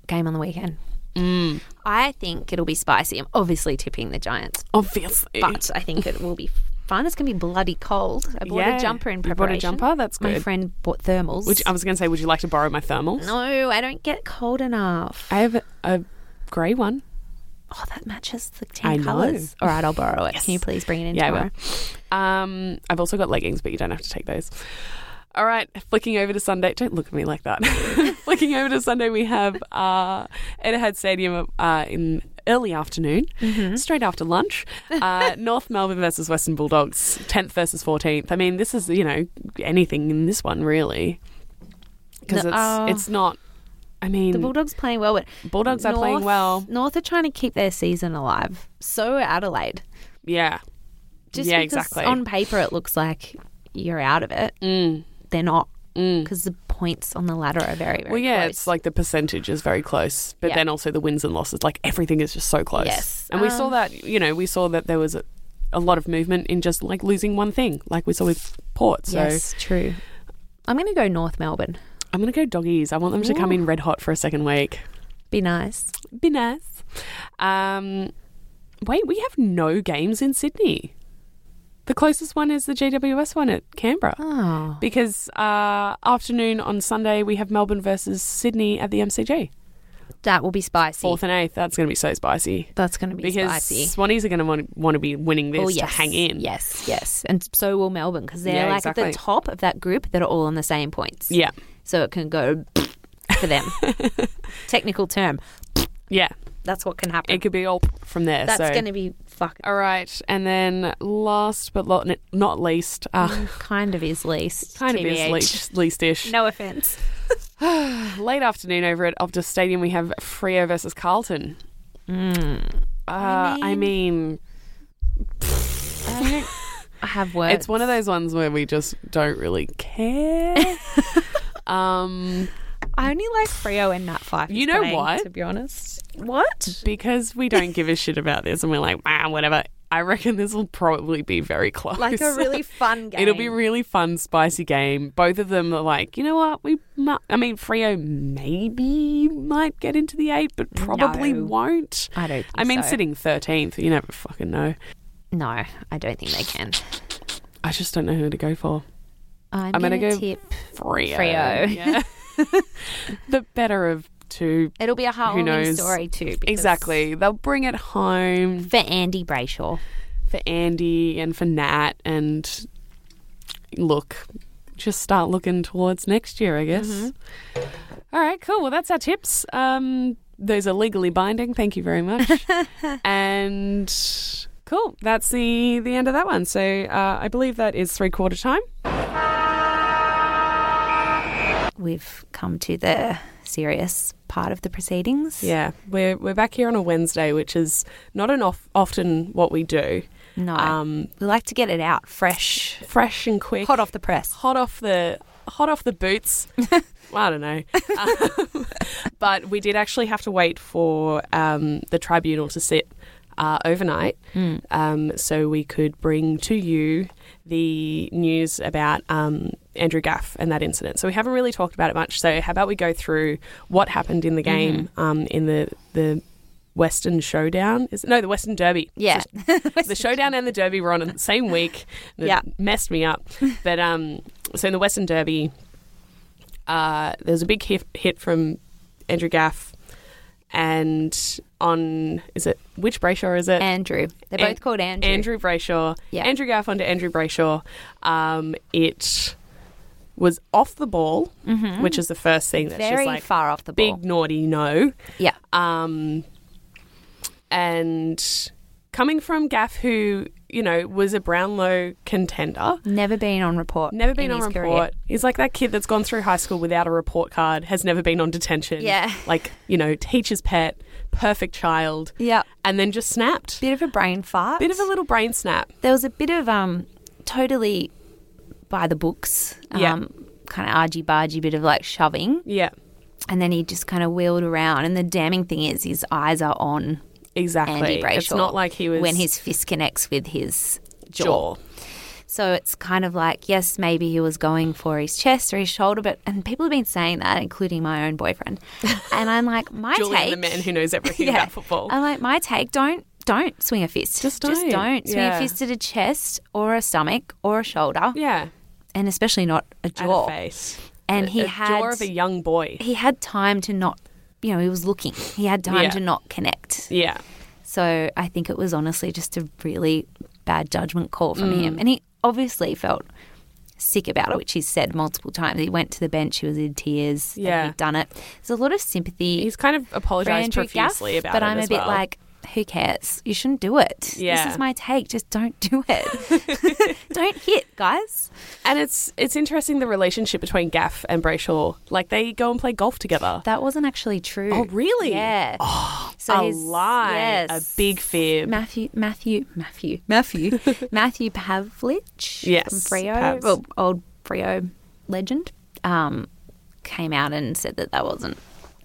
Speaker 1: game on the weekend.
Speaker 2: Hmm.
Speaker 1: I think it'll be spicy. I'm obviously tipping the Giants,
Speaker 2: obviously,
Speaker 1: but I think it will be fun. It's going to be bloody cold. I bought
Speaker 2: Yeah.
Speaker 1: a jumper in
Speaker 2: You
Speaker 1: preparation.
Speaker 2: bought a jumper? That's
Speaker 1: My
Speaker 2: good.
Speaker 1: friend bought thermals.
Speaker 2: Would you- I was going to say, would you like to borrow my thermals?
Speaker 1: no, I don't get cold enough.
Speaker 2: I have a, a grey one.
Speaker 1: Oh, that matches the
Speaker 2: I
Speaker 1: team
Speaker 2: know.
Speaker 1: colours. All right, I'll borrow it. Can you please bring it in
Speaker 2: Yeah, I
Speaker 1: tomorrow?
Speaker 2: will. Um, I've also got leggings, but you don't have to take those. All right, flicking over to Sunday. Don't look at me like that. flicking over to Sunday, we have uh, Etihad Stadium uh, in early afternoon, straight after lunch. Uh, North Melbourne versus Western Bulldogs, 10th versus 14th. I mean, this is, you know, anything in this one, really. Because
Speaker 1: No,
Speaker 2: it's,
Speaker 1: oh.
Speaker 2: it's not, I mean,
Speaker 1: The Bulldogs playing well, but
Speaker 2: Bulldogs are playing
Speaker 1: North-
Speaker 2: well.
Speaker 1: North are trying to keep their season alive. So are Adelaide.
Speaker 2: yeah.
Speaker 1: Just
Speaker 2: yeah,
Speaker 1: because
Speaker 2: exactly.
Speaker 1: on paper it looks like you're out of it,
Speaker 2: Mm.
Speaker 1: they're not
Speaker 2: Mm.
Speaker 1: because the points on the ladder are very, very
Speaker 2: Well, yeah,
Speaker 1: close.
Speaker 2: it's like the percentage is very close, but
Speaker 1: Yeah.
Speaker 2: then also the wins and losses, like everything is just so close.
Speaker 1: Yes. um,
Speaker 2: and we saw that. You know, we saw that there was a, a lot of movement in just like losing one thing, like we saw with Port. So
Speaker 1: yes, true. I'm going to go North Melbourne.
Speaker 2: I'm going to go doggies. I want them to come in red hot for a second week.
Speaker 1: Be nice.
Speaker 2: Be nice. Um, wait, we have no games in Sydney. The closest one is the GWS one at Canberra.
Speaker 1: Oh.
Speaker 2: Because uh, afternoon on Sunday, we have Melbourne versus Sydney at the MCG.
Speaker 1: That will be spicy.
Speaker 2: Fourth and eighth. That's going to be so spicy.
Speaker 1: That's going to be
Speaker 2: Because
Speaker 1: spicy.
Speaker 2: Swannies are going to want, want to be winning this
Speaker 1: Oh, yes.
Speaker 2: to hang in.
Speaker 1: Yes, yes. And so will Melbourne because they're
Speaker 2: Yeah,
Speaker 1: like at
Speaker 2: exactly.
Speaker 1: the top of that group that are all on the same points.
Speaker 2: Yeah.
Speaker 1: So it can go for them. Technical term.
Speaker 2: Yeah.
Speaker 1: That's what can happen.
Speaker 2: It could be all from there.
Speaker 1: That's
Speaker 2: so.
Speaker 1: going to be fucking
Speaker 2: All right, and then last but lo- not least,
Speaker 1: Mm-hmm.
Speaker 2: uh,
Speaker 1: kind of is least.
Speaker 2: kind of is
Speaker 1: TBH.
Speaker 2: least, least-ish.
Speaker 1: E No offense.
Speaker 2: Late afternoon over at Optus Stadium, we have Freo versus Carlton. Uh, I mean,
Speaker 1: I have words.
Speaker 2: it's one of those ones where we just don't really care. um,
Speaker 1: I only like Frio and Nat Five.
Speaker 2: You know what?
Speaker 1: To be honest, what?
Speaker 2: because we don't give a shit about this, and we're like, wow, whatever. I reckon this will probably be very close.
Speaker 1: Like a really fun game.
Speaker 2: It'll be really fun, spicy game. Both of them are like, you know what? We, mu- I mean, Frio maybe might get into the eight, but probably
Speaker 1: No.
Speaker 2: won't.
Speaker 1: I don't. Think
Speaker 2: I mean,
Speaker 1: so.
Speaker 2: sitting thirteenth, you never fucking know.
Speaker 1: No, I don't think they can.
Speaker 2: I just don't know who to go for.
Speaker 1: I'm,
Speaker 2: I'm gonna
Speaker 1: gonna,
Speaker 2: go-
Speaker 1: tip.
Speaker 2: Frio.
Speaker 1: Freo.
Speaker 2: Yeah. the better of two.
Speaker 1: It'll be a heartwarming
Speaker 2: knows?
Speaker 1: story too. because-
Speaker 2: Exactly. They'll bring it home
Speaker 1: for Andy Brayshaw.
Speaker 2: for Andy and for Nat and look, just start looking towards next year, I guess.
Speaker 1: Mm-hmm.
Speaker 2: All right, cool. Well, that's our tips. Um, those are legally binding. Thank you very much. and cool. That's the the end of that one. So uh, I believe that is three quarter time.
Speaker 1: We've come to the serious part of the proceedings.
Speaker 2: Yeah, we're we're back here on a Wednesday, which is not an off, often what we do.
Speaker 1: No,
Speaker 2: Um,
Speaker 1: we like to get it out fresh,
Speaker 2: fresh and quick,
Speaker 1: hot off the press.
Speaker 2: hot off the hot off the boots. I don't know, Um, but we did actually have to wait for um, the tribunal to sit uh, overnight, um, so we could bring to you the news about. Um, Andrew Gaff and that incident. So we haven't really talked about it much. So how about we go through what happened in the game um, in the the Western Showdown? Is it? no the Western Derby? It's
Speaker 1: Yeah,
Speaker 2: the the showdown and the derby were on in the same week. And it
Speaker 1: Yeah.
Speaker 2: messed me up. But um, so in the Western Derby, uh, there was a big hit, hit from Andrew Gaff, and on is it which Brayshaw is it?
Speaker 1: Andrew. They're
Speaker 2: An-
Speaker 1: both called Andrew.
Speaker 2: Andrew Brayshaw.
Speaker 1: Yeah.
Speaker 2: Andrew Gaff onto Andrew Brayshaw. Um, it was off the ball, which is the first thing that's
Speaker 1: Mm-hmm. Very
Speaker 2: just like
Speaker 1: far off the
Speaker 2: big
Speaker 1: ball.
Speaker 2: naughty no.
Speaker 1: Yeah.
Speaker 2: Um, and coming from Gaff, who you know was a Brownlow contender,
Speaker 1: Never been on report.
Speaker 2: never been
Speaker 1: in
Speaker 2: on
Speaker 1: his
Speaker 2: report.
Speaker 1: career.
Speaker 2: He's like that kid that's gone through high school without a report card, has never been on detention.
Speaker 1: Yeah.
Speaker 2: like you know, teacher's pet, perfect child,
Speaker 1: Yeah.
Speaker 2: and then just snapped.
Speaker 1: Bit of a brain fart.
Speaker 2: Bit of a little brain snap.
Speaker 1: there was a bit of um totally by the books. Um,
Speaker 2: Yeah.
Speaker 1: Kind of argy bargy bit of like shoving,
Speaker 2: Yeah,
Speaker 1: and then he just kind of wheeled around. And the damning thing is, his eyes are on
Speaker 2: exactly.
Speaker 1: Andy Brayshaw.
Speaker 2: It's not like he was
Speaker 1: when his fist connects with his jaw.
Speaker 2: jaw.
Speaker 1: So it's kind of like, yes, maybe he was going for his chest or his shoulder, but and people have been saying that, including my own boyfriend. And I'm like, my
Speaker 2: Julian,
Speaker 1: take,
Speaker 2: the man who knows everything about football.
Speaker 1: I'm like, my take, don't don't swing a fist.
Speaker 2: Just
Speaker 1: Just
Speaker 2: don't.
Speaker 1: don't swing
Speaker 2: Yeah.
Speaker 1: a fist at a chest or a stomach or a shoulder,
Speaker 2: yeah,
Speaker 1: and especially not a
Speaker 2: and
Speaker 1: jaw.
Speaker 2: a face.
Speaker 1: And he
Speaker 2: a
Speaker 1: had
Speaker 2: jaw of a young boy.
Speaker 1: he had time to not, you know, he was looking. He had time
Speaker 2: Yeah.
Speaker 1: to not connect.
Speaker 2: Yeah.
Speaker 1: So I think it was honestly just a really bad judgment call
Speaker 2: Mm.
Speaker 1: from him. And he obviously felt sick about it, which he's said multiple times. He went to the bench, he was in tears. that
Speaker 2: Yeah.
Speaker 1: He'd done it. There's a lot of sympathy
Speaker 2: He's kind of
Speaker 1: for
Speaker 2: apologized
Speaker 1: Andrew Gaff,
Speaker 2: profusely about
Speaker 1: but
Speaker 2: it
Speaker 1: I'm
Speaker 2: as
Speaker 1: a bit
Speaker 2: well.
Speaker 1: like, who cares? You shouldn't do it.
Speaker 2: Yeah.
Speaker 1: This is my take. Just don't do it. don't hit, guys.
Speaker 2: and it's it's interesting the relationship between Gaff and Brayshaw. Like they go and play golf together.
Speaker 1: That wasn't actually true.
Speaker 2: Oh, really?
Speaker 1: Yeah. so
Speaker 2: a
Speaker 1: he's-
Speaker 2: lie, a
Speaker 1: yes.
Speaker 2: big fib.
Speaker 1: Matthew, Matthew, Matthew, Matthew, Matthew Pavlich
Speaker 2: Yes,
Speaker 1: from Frio,
Speaker 2: Pavs.
Speaker 1: well, old Frio legend, um, came out and said that that wasn't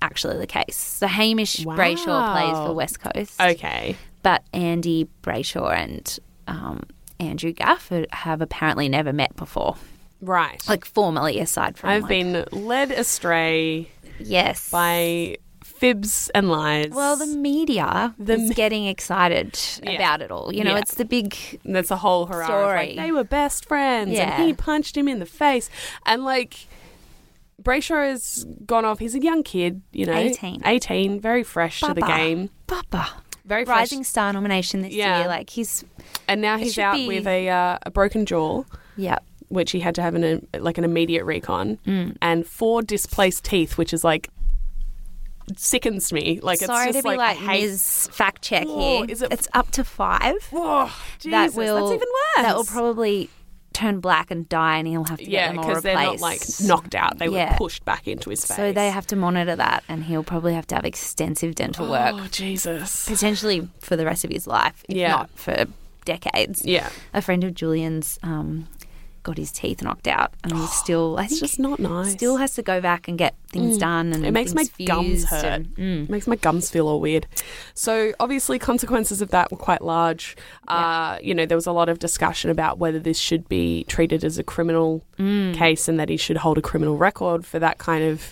Speaker 1: actually the case. So Hamish
Speaker 2: Wow. Oh.
Speaker 1: Brayshaw plays for West Coast,
Speaker 2: okay,
Speaker 1: but Andy Brayshaw and um, Andrew Gaff have apparently never met before.
Speaker 2: Right.
Speaker 1: like oh formally aside from
Speaker 2: I've
Speaker 1: like-
Speaker 2: been led astray
Speaker 1: yes
Speaker 2: by fibs and lies.
Speaker 1: well the media
Speaker 2: The
Speaker 1: is
Speaker 2: me-
Speaker 1: getting excited
Speaker 2: Yeah.
Speaker 1: about it all you know
Speaker 2: Yeah.
Speaker 1: it's the big
Speaker 2: And that's a whole hurrah. of,
Speaker 1: Story.
Speaker 2: Like, they were best friends,
Speaker 1: Yeah.
Speaker 2: and he punched him in the face, and like. Brayshaw has gone off. He's a young kid, you know,
Speaker 1: 18.
Speaker 2: 18, very fresh to the
Speaker 1: Baba.
Speaker 2: game,
Speaker 1: Papa
Speaker 2: very fresh,
Speaker 1: rising star nomination this
Speaker 2: Yeah.
Speaker 1: year like he's
Speaker 2: and now
Speaker 1: It
Speaker 2: he's
Speaker 1: should
Speaker 2: out
Speaker 1: be-
Speaker 2: with a uh, a broken jaw,
Speaker 1: yeah
Speaker 2: which he had to have an uh, like an immediate recon,
Speaker 1: Mm.
Speaker 2: and four displaced teeth, which is like sickens me. Like
Speaker 1: sorry
Speaker 2: it's
Speaker 1: to
Speaker 2: just
Speaker 1: be
Speaker 2: like,
Speaker 1: like,
Speaker 2: I hate-
Speaker 1: Ms. fact check
Speaker 2: Whoa,
Speaker 1: here
Speaker 2: is it-
Speaker 1: it's up to five
Speaker 2: Whoa, Jesus,
Speaker 1: that will
Speaker 2: that's even worse.
Speaker 1: That will probably turn black and die, and he'll have to get
Speaker 2: yeah,
Speaker 1: them all
Speaker 2: because
Speaker 1: replaced.
Speaker 2: they're not like knocked out; they
Speaker 1: Yeah.
Speaker 2: were pushed back into his face.
Speaker 1: so they have to monitor that, and he'll probably have to have extensive dental work,
Speaker 2: Oh Jesus!
Speaker 1: potentially for the rest of his life, if
Speaker 2: Yeah.
Speaker 1: not for decades.
Speaker 2: Yeah,
Speaker 1: A friend of Julian's um, got his teeth knocked out, and he's still, I
Speaker 2: it's
Speaker 1: think,
Speaker 2: just not nice. Mm.
Speaker 1: still has to go back and get things done. And
Speaker 2: it makes my
Speaker 1: things
Speaker 2: gums
Speaker 1: fused
Speaker 2: hurt.
Speaker 1: and- mm.
Speaker 2: It makes my gums feel all weird. So obviously, consequences of that were quite large. Uh, you know, there was a lot of discussion about whether this should be treated as a criminal case and that he should hold a criminal record for that kind of.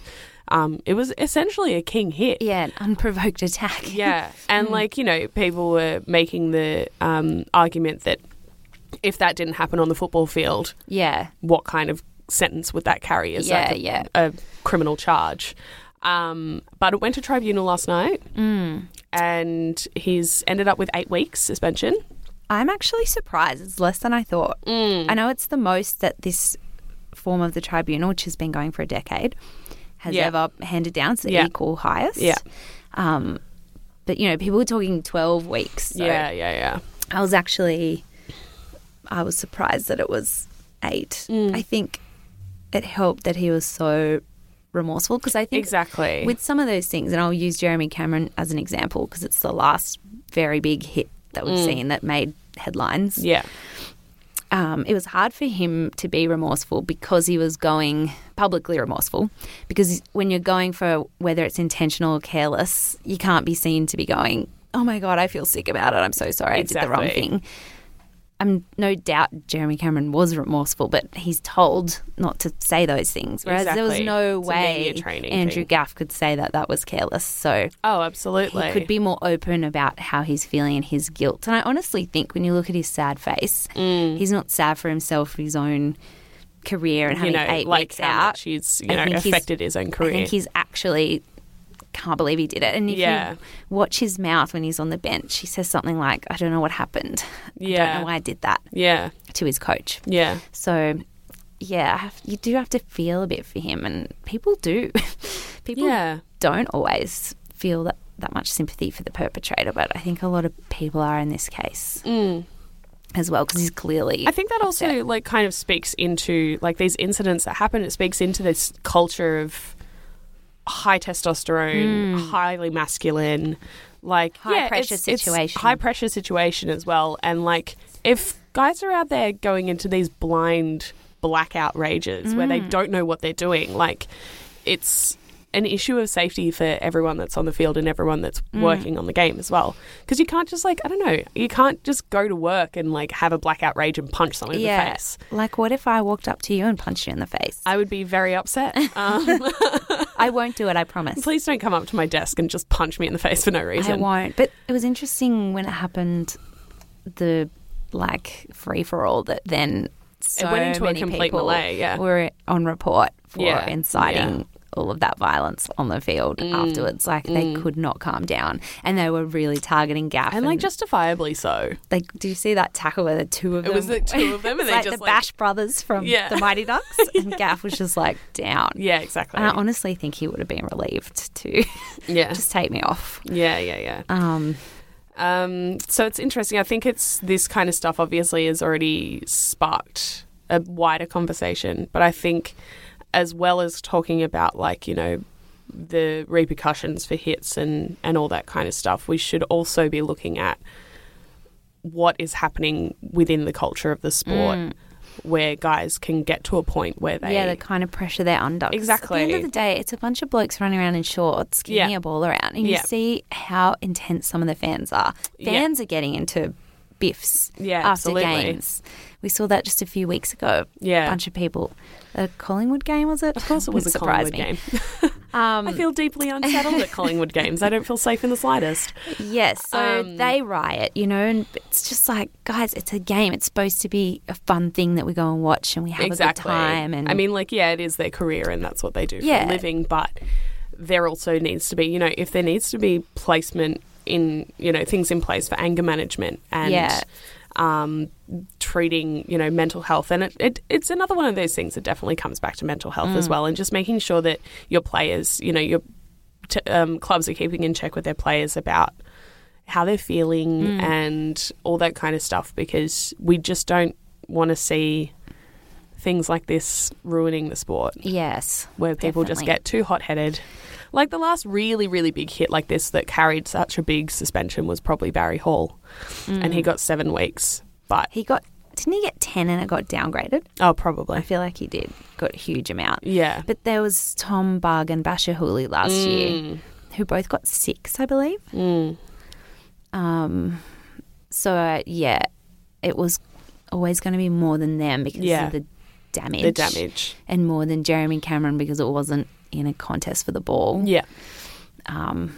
Speaker 2: Um, it was essentially a king hit.
Speaker 1: yeah, an unprovoked attack.
Speaker 2: Yeah. And like, you know, people were making the um, argument that if that didn't happen on the football field,
Speaker 1: yeah,
Speaker 2: what kind of sentence would that carry as
Speaker 1: Yeah,
Speaker 2: like a,
Speaker 1: yeah.
Speaker 2: a criminal charge? Um, but it went to tribunal last night,
Speaker 1: Mm.
Speaker 2: and he's ended up with eight weeks suspension.
Speaker 1: I'm actually surprised. It's less than I thought. I know it's the most that this form of the tribunal, which has been going for a decade, has
Speaker 2: Yeah.
Speaker 1: ever handed down. It's the
Speaker 2: Yeah.
Speaker 1: equal highest.
Speaker 2: Yeah.
Speaker 1: Um, but you know, people were talking 12 weeks. So
Speaker 2: Yeah, yeah, yeah.
Speaker 1: I was actually, I was surprised that it was eight. I think it helped that he was so remorseful because I think
Speaker 2: Exactly.
Speaker 1: with some of those things, and I'll use Jeremy Cameron as an example because it's the last very big hit that we've seen that made headlines
Speaker 2: yeah,
Speaker 1: um, it was hard for him to be remorseful because he was going publicly remorseful. Because when you're going for whether it's intentional or careless, you can't be seen to be going, oh my God, I feel sick about it. I'm so sorry. I did the
Speaker 2: Exactly.
Speaker 1: wrong thing. I'm no doubt Jeremy Cameron was remorseful, but he's told not to say those things. Whereas there was
Speaker 2: Exactly.
Speaker 1: no
Speaker 2: It's a media
Speaker 1: way
Speaker 2: training
Speaker 1: Andrew
Speaker 2: thing.
Speaker 1: Gaff could say that that was careless. So
Speaker 2: oh, absolutely.
Speaker 1: he could be more open about how he's feeling and his guilt. And I honestly think when you look at his sad face,
Speaker 2: Mm.
Speaker 1: he's not sad for himself, his own career, and
Speaker 2: you
Speaker 1: having
Speaker 2: know,
Speaker 1: eight
Speaker 2: like
Speaker 1: weeks
Speaker 2: how
Speaker 1: out.
Speaker 2: much he's you
Speaker 1: I
Speaker 2: know
Speaker 1: think he's-
Speaker 2: affected his own
Speaker 1: I
Speaker 2: career.
Speaker 1: think he's actually can't believe he did it. And if
Speaker 2: Yeah.
Speaker 1: you watch his mouth when he's on the bench, he says something like, "I don't know what happened. I
Speaker 2: yeah,
Speaker 1: don't know why I did that."
Speaker 2: yeah,
Speaker 1: To his coach.
Speaker 2: yeah.
Speaker 1: So. Yeah, I have- you do have to feel a bit for him, and people do. people
Speaker 2: Yeah,
Speaker 1: don't always feel that, that much sympathy for the perpetrator, but I think a lot of people are in this case as well because he's clearly.
Speaker 2: Mm. I think that also like kind of speaks into like these incidents that happen. It speaks into this culture of high testosterone, highly masculine, like
Speaker 1: Hmm. High
Speaker 2: yeah,
Speaker 1: pressure
Speaker 2: it's- it's
Speaker 1: situation.
Speaker 2: high pressure situation as well. And like if guys are out there going into these blind blackout rages where
Speaker 1: Mm.
Speaker 2: they don't know what they're doing, like it's an issue of safety for everyone that's on the field and everyone that's
Speaker 1: Mm.
Speaker 2: working on the game as well. Because you can't just like I don't know, you can't just go to work and like have a blackout rage and punch someone in the
Speaker 1: yeah,
Speaker 2: face.
Speaker 1: like what if I walked up to you and punched you in the face? I,
Speaker 2: I would be very upset. Um,
Speaker 1: won't do it. I promise.
Speaker 2: please don't come up to my desk and just punch me in the face for no
Speaker 1: I
Speaker 2: reason.
Speaker 1: won't. But it was interesting when it happened, the like free for all that then so
Speaker 2: went into a
Speaker 1: many
Speaker 2: complete
Speaker 1: people
Speaker 2: melee, yeah.
Speaker 1: were on report for
Speaker 2: Yeah, Mm.
Speaker 1: inciting
Speaker 2: yeah.
Speaker 1: all of that violence on the field afterwards. Like they could not calm down, and they were really targeting Gaff
Speaker 2: and like justifiably so.
Speaker 1: like do you see that tackle where the two of
Speaker 2: It
Speaker 1: them
Speaker 2: was the two of them, and
Speaker 1: it's
Speaker 2: they
Speaker 1: like
Speaker 2: just
Speaker 1: the
Speaker 2: like-
Speaker 1: Bash brothers from
Speaker 2: Yeah.
Speaker 1: the Mighty Ducks and Gaff was just like down
Speaker 2: Yeah, exactly.
Speaker 1: and I honestly think he would have been relieved to
Speaker 2: yeah,
Speaker 1: Uh, just take me off
Speaker 2: yeah, yeah, yeah.
Speaker 1: um
Speaker 2: Um, so it's interesting. I think it's this kind of stuff obviously has already sparked a wider conversation, but I think as well as talking about like, you know, the repercussions for hits and, and all that kind of stuff, we should also be looking at what is happening within the culture of the sport where guys can get to a point where they
Speaker 1: Mm. yeah the kind of pressure they're under 'Cause at the end
Speaker 2: Exactly.
Speaker 1: of the day it's a bunch of blokes running around in shorts kicking
Speaker 2: Yeah.
Speaker 1: a ball around and you
Speaker 2: Yeah.
Speaker 1: see how intense some of the fans are
Speaker 2: Yeah.
Speaker 1: fans are getting into biffs
Speaker 2: Yeah,
Speaker 1: after
Speaker 2: absolutely.
Speaker 1: games. We saw that just a few weeks ago.
Speaker 2: Yeah.
Speaker 1: A bunch of people. A Collingwood game, was it?
Speaker 2: Of course, it was a Collingwood game.
Speaker 1: Um,
Speaker 2: I feel deeply unsettled at Collingwood games. I don't feel safe in the slightest.
Speaker 1: Yes, so
Speaker 2: Um,
Speaker 1: they riot, you know, and it's just like, guys, it's a game. It's supposed to be a fun thing that we go and watch and we have a good time. And
Speaker 2: I mean, like, yeah, it is their career and that's what they do for
Speaker 1: Yeah.
Speaker 2: a living, but there also needs to be, you know, if there needs to be placement in, you know, things in place for anger management and
Speaker 1: Yeah.
Speaker 2: um, treating, you know, mental health. And it, it, it's another one of those things that definitely comes back to mental health
Speaker 1: Mm.
Speaker 2: as well and just making sure that your players, you know, your t- um, clubs are keeping in check with their players about how they're feeling
Speaker 1: Mm.
Speaker 2: and all that kind of stuff because we just don't want to see things like this ruining the sport
Speaker 1: yes.
Speaker 2: where people just
Speaker 1: Definitely.
Speaker 2: get too hot-headed. Like the last really really big hit like this that carried such a big suspension was probably Barry Hall and
Speaker 1: Mm.
Speaker 2: he got 7 weeks. But
Speaker 1: He got, didn't he get 10 and it got downgraded?
Speaker 2: oh
Speaker 1: I
Speaker 2: probably.
Speaker 1: feel like he did, got a huge amount.
Speaker 2: Yeah.
Speaker 1: But there was Tom Bug and Basher Hooley last year, who both got six, I believe.
Speaker 2: Mm.
Speaker 1: Um, so, uh, yeah, it was always going to be more than them because
Speaker 2: Yeah.
Speaker 1: of the damage.
Speaker 2: The damage.
Speaker 1: and more than Jeremy Cameron because it wasn't in a contest for the ball.
Speaker 2: Yeah.
Speaker 1: Um,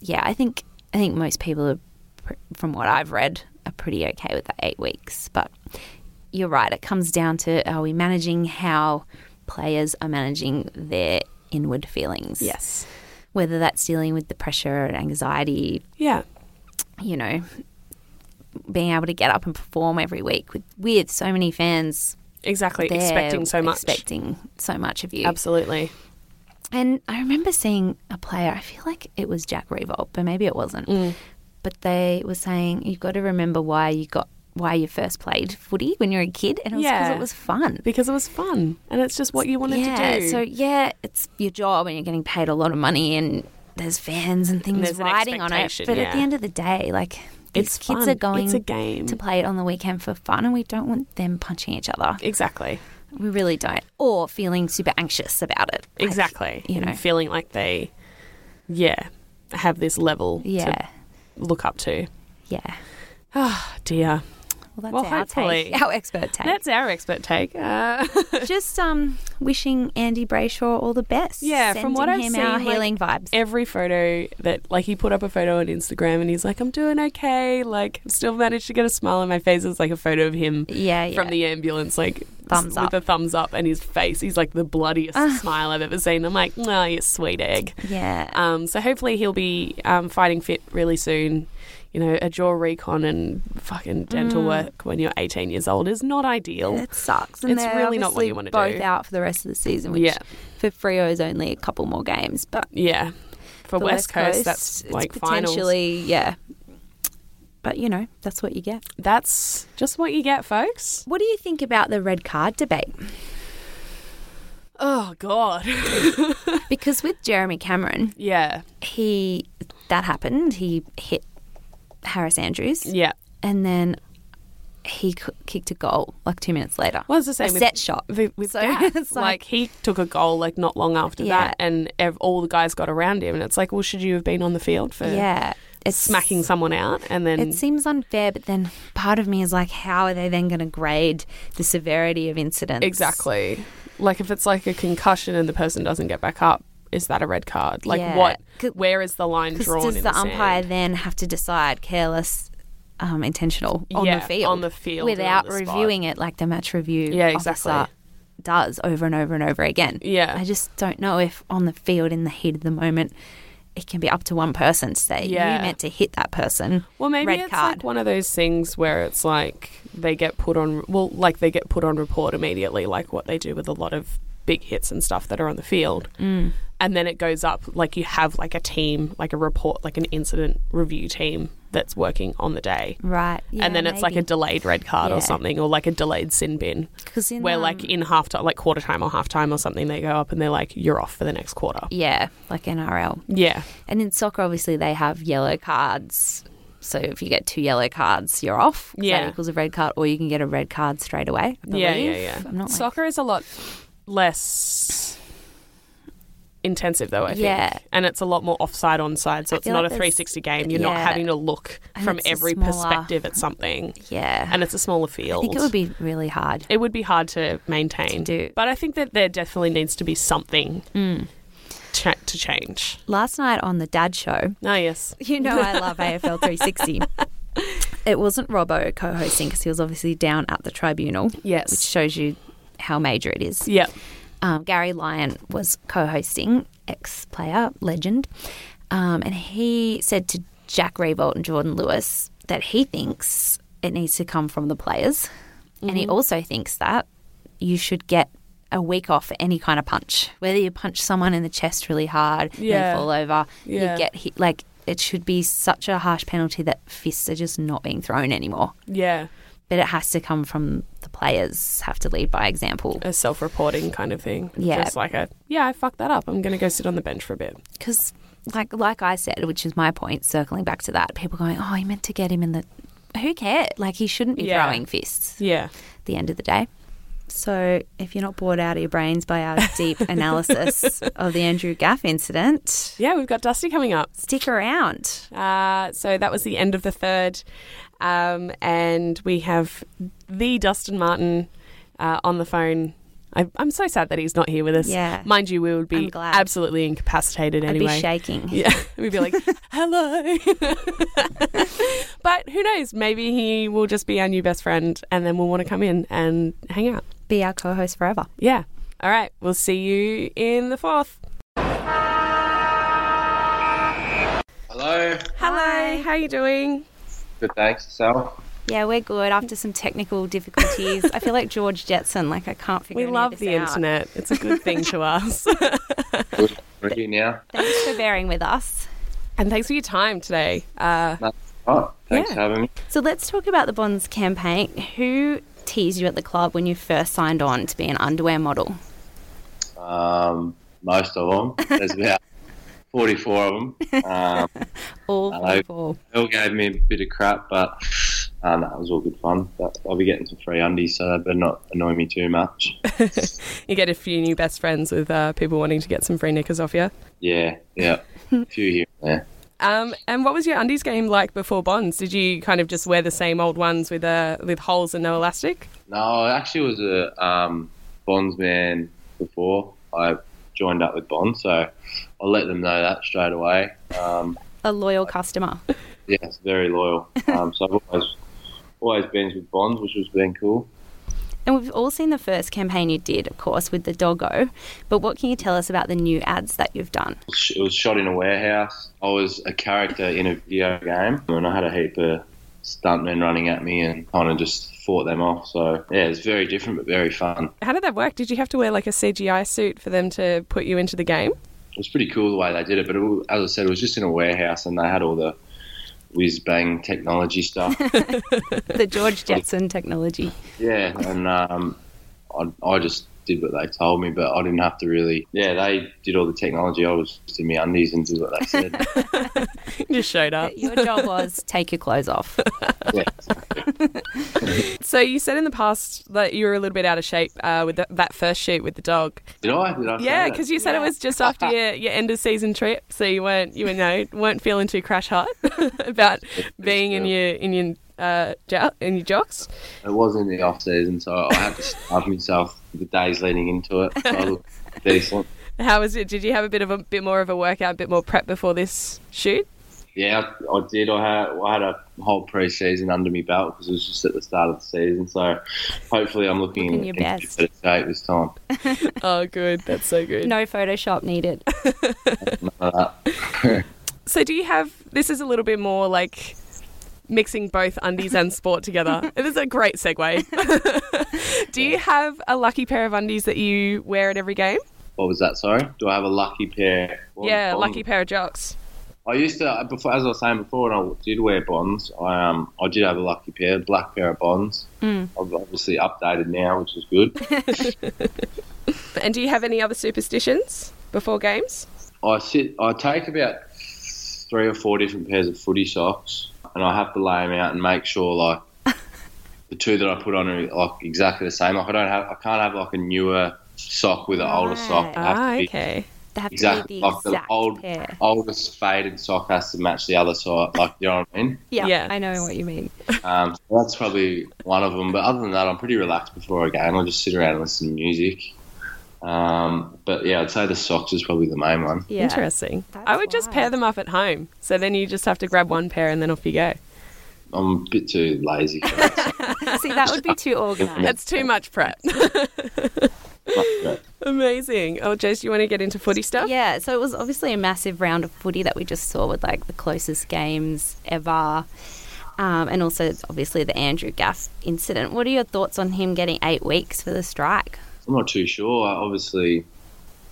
Speaker 1: yeah, I think I think most people, are, pr- from what I've read, are pretty okay with that eight weeks. But you're right; it comes down to are we managing how players are managing their inward feelings?
Speaker 2: Yes.
Speaker 1: whether that's dealing with the pressure and anxiety,
Speaker 2: Yeah.
Speaker 1: you know, being able to get up and perform every week with with so many fans.
Speaker 2: Exactly.
Speaker 1: there
Speaker 2: Expecting so much.
Speaker 1: expecting so much of you.
Speaker 2: Absolutely.
Speaker 1: And I remember seeing a player, I feel like it was Jack Revolt, but maybe it wasn't.
Speaker 2: Mm.
Speaker 1: But they were saying, you've got to remember why you got why you first played footy when you were a kid. And it was because
Speaker 2: Yeah.
Speaker 1: it was fun.
Speaker 2: Because it was fun and it's just what you wanted
Speaker 1: yeah.
Speaker 2: to do.
Speaker 1: So, yeah, it's your job and you're getting paid a lot of money and there's fans and things
Speaker 2: There's an
Speaker 1: riding on it.
Speaker 2: expectation,
Speaker 1: But at the
Speaker 2: yeah.
Speaker 1: end of the day, like, these
Speaker 2: It's
Speaker 1: kids
Speaker 2: fun.
Speaker 1: are going
Speaker 2: It's a game.
Speaker 1: to play it on the weekend for fun and we don't want them punching each other.
Speaker 2: Exactly.
Speaker 1: We really don't. Or feeling super anxious about it. Like,
Speaker 2: Exactly.
Speaker 1: you
Speaker 2: And
Speaker 1: know.
Speaker 2: feeling like they, yeah, have this level
Speaker 1: Yeah.
Speaker 2: to look up to.
Speaker 1: Yeah.
Speaker 2: Oh, dear.
Speaker 1: Well, that's
Speaker 2: Well,
Speaker 1: our
Speaker 2: hopefully.
Speaker 1: take, our expert take.
Speaker 2: That's our expert take. Uh,
Speaker 1: Just um, wishing Andy Brayshaw all the best.
Speaker 2: Yeah, from what
Speaker 1: Sending
Speaker 2: I've
Speaker 1: him our
Speaker 2: seen, like,
Speaker 1: healing vibes.
Speaker 2: every photo that, like, he put up a photo on Instagram and he's like, I'm doing okay. Like, still managed to get a smile on my face. It's like a photo of him
Speaker 1: yeah, yeah.
Speaker 2: from the ambulance, like,
Speaker 1: Thumbs
Speaker 2: s-
Speaker 1: up. Ah.
Speaker 2: with a thumbs up and his face. He's like the bloodiest smile I've ever seen. I'm like, oh, you sweet egg.
Speaker 1: yeah.
Speaker 2: Um, so hopefully he'll be um, fighting fit really soon. You know, a jaw recon and fucking dental
Speaker 1: Mm.
Speaker 2: work when you're 18 years old is not ideal.
Speaker 1: it sucks. And
Speaker 2: it's
Speaker 1: they're
Speaker 2: really not what
Speaker 1: obviously
Speaker 2: you wanna
Speaker 1: both
Speaker 2: do.
Speaker 1: out for the rest of the season, which
Speaker 2: Yeah.
Speaker 1: for Frio is only a couple more games, but
Speaker 2: Yeah. For
Speaker 1: the
Speaker 2: West, Coast, that's
Speaker 1: it's
Speaker 2: like finals.
Speaker 1: potentially yeah. But you know, that's what you get.
Speaker 2: That's just what you get, folks.
Speaker 1: What do you think about the red card debate?
Speaker 2: Oh, God.
Speaker 1: Because with Jeremy Cameron,
Speaker 2: yeah.
Speaker 1: he that happened. He hit Harris Andrews.
Speaker 2: Yeah.
Speaker 1: and then he c- kicked a goal like two minutes later.
Speaker 2: Well, it's the same
Speaker 1: a
Speaker 2: with-
Speaker 1: set shot.
Speaker 2: The- with
Speaker 1: So
Speaker 2: Gaff,
Speaker 1: it's
Speaker 2: like,
Speaker 1: like-
Speaker 2: he took a goal like not long after
Speaker 1: Yeah.
Speaker 2: that, and ev- all the guys got around him, and it's like, well, should you have been on the field for
Speaker 1: yeah, it's
Speaker 2: smacking someone out? And then
Speaker 1: It seems unfair, but then part of me is like, how are they then going to grade the severity of incidents?
Speaker 2: Exactly. Like if it's like a concussion and the person doesn't get back up, is that a red card? Like
Speaker 1: Yeah.
Speaker 2: what?
Speaker 1: 'Cause-
Speaker 2: Where is the line
Speaker 1: Because
Speaker 2: drawn?
Speaker 1: does
Speaker 2: in
Speaker 1: the umpire
Speaker 2: sand?
Speaker 1: then have to decide careless, um, intentional on
Speaker 2: Yeah,
Speaker 1: the field
Speaker 2: on the field and
Speaker 1: without
Speaker 2: on the spot.
Speaker 1: reviewing it like the match review
Speaker 2: Yeah,
Speaker 1: officer
Speaker 2: exactly.
Speaker 1: does over and over and over again?
Speaker 2: Yeah.
Speaker 1: I just don't know if on the field in the heat of the moment. It can be up to one person to say
Speaker 2: Yeah.
Speaker 1: you meant to hit that person.
Speaker 2: Well, maybe
Speaker 1: red
Speaker 2: it's
Speaker 1: card.
Speaker 2: like one of those things where it's like they get put on. Well, like they get put on report immediately, like what they do with a lot of big hits and stuff that are on the field. Mm. And then it goes up. Like you have like a team, like a report, like an incident review team that's working on the day.
Speaker 1: Right.
Speaker 2: and then it's like a delayed red card
Speaker 1: Yeah.
Speaker 2: or something, or like a delayed sin bin.
Speaker 1: because in
Speaker 2: where
Speaker 1: um,
Speaker 2: like in half time, like quarter time or half time or something, they go up and they're like, "You're off for the next quarter."
Speaker 1: yeah, like NRL.
Speaker 2: Yeah,
Speaker 1: And in soccer obviously they have yellow cards. So if you get two yellow cards, you're off. 'cause
Speaker 2: Yeah.
Speaker 1: That equals a red card or you can get a red card straight away. I
Speaker 2: yeah, yeah,
Speaker 1: believe.
Speaker 2: yeah.
Speaker 1: I'm not like,
Speaker 2: Soccer is a lot less intensive though, I
Speaker 1: Yeah.
Speaker 2: think. And it's a lot more offside onside,
Speaker 1: I
Speaker 2: so it's
Speaker 1: feel
Speaker 2: not
Speaker 1: like
Speaker 2: a
Speaker 1: there's-
Speaker 2: 360 game. You're not
Speaker 1: yeah.
Speaker 2: having to look
Speaker 1: And
Speaker 2: from
Speaker 1: it's a
Speaker 2: every
Speaker 1: smaller-
Speaker 2: perspective at something.
Speaker 1: Yeah.
Speaker 2: And it's a smaller
Speaker 1: I
Speaker 2: field.
Speaker 1: think it would be really hard.
Speaker 2: It would be hard to maintain.
Speaker 1: do.
Speaker 2: But I think that there definitely needs to be something
Speaker 1: Mm.
Speaker 2: cha- to change.
Speaker 1: Last night on the dad show,
Speaker 2: Oh, yes.
Speaker 1: you know I love AFL 360. It wasn't Robbo co hosting because he was obviously down at the tribunal, which
Speaker 2: Yes.
Speaker 1: shows you how major it is.
Speaker 2: Yep.
Speaker 1: um, Gary Lyon was co hosting, ex player, legend. Um, and he said to Jack Revolt and Jordan Lewis that he thinks it needs to come from the players. And
Speaker 2: Mm-hmm.
Speaker 1: he also thinks that you should get a week off for any kind of punch. Whether you punch someone in the chest really hard,
Speaker 2: Yeah.
Speaker 1: you fall over,
Speaker 2: Yeah.
Speaker 1: you get hit. Like, it should be such a harsh penalty that fists are just not being thrown anymore.
Speaker 2: Yeah.
Speaker 1: But it has to come from the players, have to lead by example.
Speaker 2: A self reporting kind of thing.
Speaker 1: Yeah.
Speaker 2: Just like a, yeah, I fucked that up. I'm going to go sit on the bench for a bit.
Speaker 1: because like like I said, which is my point, circling back to that, people going, oh, he meant to get him in the. Who cares? Like he shouldn't be
Speaker 2: Yeah.
Speaker 1: throwing fists.
Speaker 2: Yeah.
Speaker 1: At the end of the day. So if you're not bored out of your brains by our deep analysis of the Andrew Gaff incident,
Speaker 2: Yeah, we've got Dusty coming up.
Speaker 1: stick around.
Speaker 2: Uh, so that was the end of the third. Um, and we have the Dustin Martin uh, on the phone. I, I'm so sad that he's not here with us.
Speaker 1: Yeah.
Speaker 2: Mind you, we would
Speaker 1: I'm
Speaker 2: be
Speaker 1: glad.
Speaker 2: absolutely incapacitated anyway.
Speaker 1: I'd be shaking.
Speaker 2: Yeah, we'd be like, hello. but who knows? Maybe he will just be our new best friend and then we'll want to come in and hang out.
Speaker 1: Be our co-host forever.
Speaker 2: Yeah. All right. We'll see you in the fourth.
Speaker 4: Hello.
Speaker 1: Hi.
Speaker 2: How you doing?
Speaker 4: Good thanks, yourself.
Speaker 1: Yeah, we're good. After some technical difficulties, I feel like George Jetson. Like I can't figure.
Speaker 2: We
Speaker 1: any of
Speaker 2: love
Speaker 1: this
Speaker 2: the
Speaker 1: out.
Speaker 2: internet. It's a good thing to us.
Speaker 4: Good. We're here now.
Speaker 1: Thanks for bearing with us.
Speaker 2: and thanks for your time today. Uh,
Speaker 4: No, oh, thanks
Speaker 2: Yeah.
Speaker 4: for having me.
Speaker 1: So let's talk about the Bonds campaign. Who teased you at the club when you first signed on to be an underwear model?
Speaker 4: Um, most of them. There's about 44 of them. Um,
Speaker 1: All
Speaker 4: Hello.
Speaker 1: people.
Speaker 4: they all gave me a bit of crap, but uh, no, it was all good fun. But I'll be getting some free undies, so that better not annoy me too much.
Speaker 2: you get a few new best friends with uh, people wanting to get some free knickers off you.
Speaker 4: Yeah, yeah. A few here and there.
Speaker 2: Um, and what was your undies game like before Bonds? Did you kind of just wear the same old ones with uh, with holes and no elastic?
Speaker 4: No, I actually was a um, bondsman before I joined up with Bond, so I'll let them know that straight away. Um,
Speaker 1: A loyal customer.
Speaker 4: Yes, very loyal. Um, so I've always always been with Bonds, which has been cool.
Speaker 1: And we've all seen the first campaign you did, of course, with the doggo. But what can you tell us about the new ads that you've done?
Speaker 4: It was sh- It was shot in a warehouse. I was a character in a video game, and I had a heap of stuntmen running at me, and kind of just fought them off. So yeah, it's very different but very fun.
Speaker 2: How did that work? Did you have to wear like a CGI suit for them to put you into the game?
Speaker 4: It was pretty cool the way they did it, but it, wa- as I said, it was just in a warehouse, and they had all the whiz bang technology stuff.
Speaker 1: The George Jetson technology.
Speaker 4: Yeah, and um, I, I just did what they told me, but I didn't have to really. Yeah, they did all the technology. I was just in my undies and did what they said.
Speaker 2: You just showed up.
Speaker 1: Your job was take your clothes off.
Speaker 4: yeah.
Speaker 2: So you said in the past that you were a little bit out of shape uh, with th- that first shoot with the dog.
Speaker 4: Did I? Did I? say
Speaker 2: Yeah,
Speaker 4: that?
Speaker 2: because you said it was just after your, your end of season trip, so you weren't you know weren't feeling too crash hot about being in your in your uh, jo- in your jocks.
Speaker 4: it was in the off season, so I had to starve myself the days leading into it. So I looked decent.
Speaker 2: How was it? Did you have a bit of a bit more of a workout, a bit more prep before this shoot?
Speaker 4: Yeah, I, I did. I had I had a whole pre-season under my belt because it was just at the start of the season. So hopefully, I'm looking,
Speaker 1: Looking your
Speaker 4: in
Speaker 1: best.
Speaker 4: better shape this time.
Speaker 2: Oh, good. That's so good.
Speaker 1: No Photoshop needed.
Speaker 4: None of that.
Speaker 2: So do you have this is a little bit more like mixing both undies and sport together. It is a great segue. do you have a lucky pair of undies that you wear at every game?
Speaker 4: What was that? Sorry. Do I have a lucky pair? What was
Speaker 2: yeah,
Speaker 4: Bond?
Speaker 2: lucky pair of jocks.
Speaker 4: I used to uh, before, as I was saying before, when I did wear bonds, I um I did have a lucky pair, black pair of bonds. Mm. I've obviously updated now, which is good.
Speaker 2: And do you have any other superstitions before games?
Speaker 4: I sit. I take about three or four different pairs of footy socks, and I have to lay them out and make sure like the two that I put on are like exactly the same. Like I don't have. I can't have like a newer sock with an older sock. I have to be
Speaker 2: Ah, okay.
Speaker 1: They have
Speaker 4: Exactly.
Speaker 1: to be the
Speaker 4: like
Speaker 1: exact
Speaker 4: the old,
Speaker 1: pair.
Speaker 4: oldest faded sock has to match the other sock. Like, you know what I mean?
Speaker 1: Yeah,
Speaker 2: Yeah.
Speaker 1: I know what you mean.
Speaker 4: Um, so that's probably one of them. But other than that, I'm pretty relaxed before a game. I just sit around and listen to music. Um, but yeah, I'd say the socks is probably the main one.
Speaker 1: Yeah.
Speaker 2: Interesting.
Speaker 1: That's
Speaker 2: I would just pair
Speaker 1: wild.
Speaker 2: them up at home. So then you just have to grab one pair and then off you go.
Speaker 4: I'm a bit too lazy. For that.
Speaker 1: See, that would be too organized.
Speaker 2: That's too much prep.
Speaker 4: But
Speaker 2: Amazing. Oh, Jess, you want to get into footy stuff?
Speaker 1: Yeah, so it was obviously a massive round of footy that we just saw with like the closest games ever. Um, and also, it's obviously, the Andrew Gaff incident. What are your thoughts on him getting eight weeks for the strike?
Speaker 4: I'm not too sure. Obviously,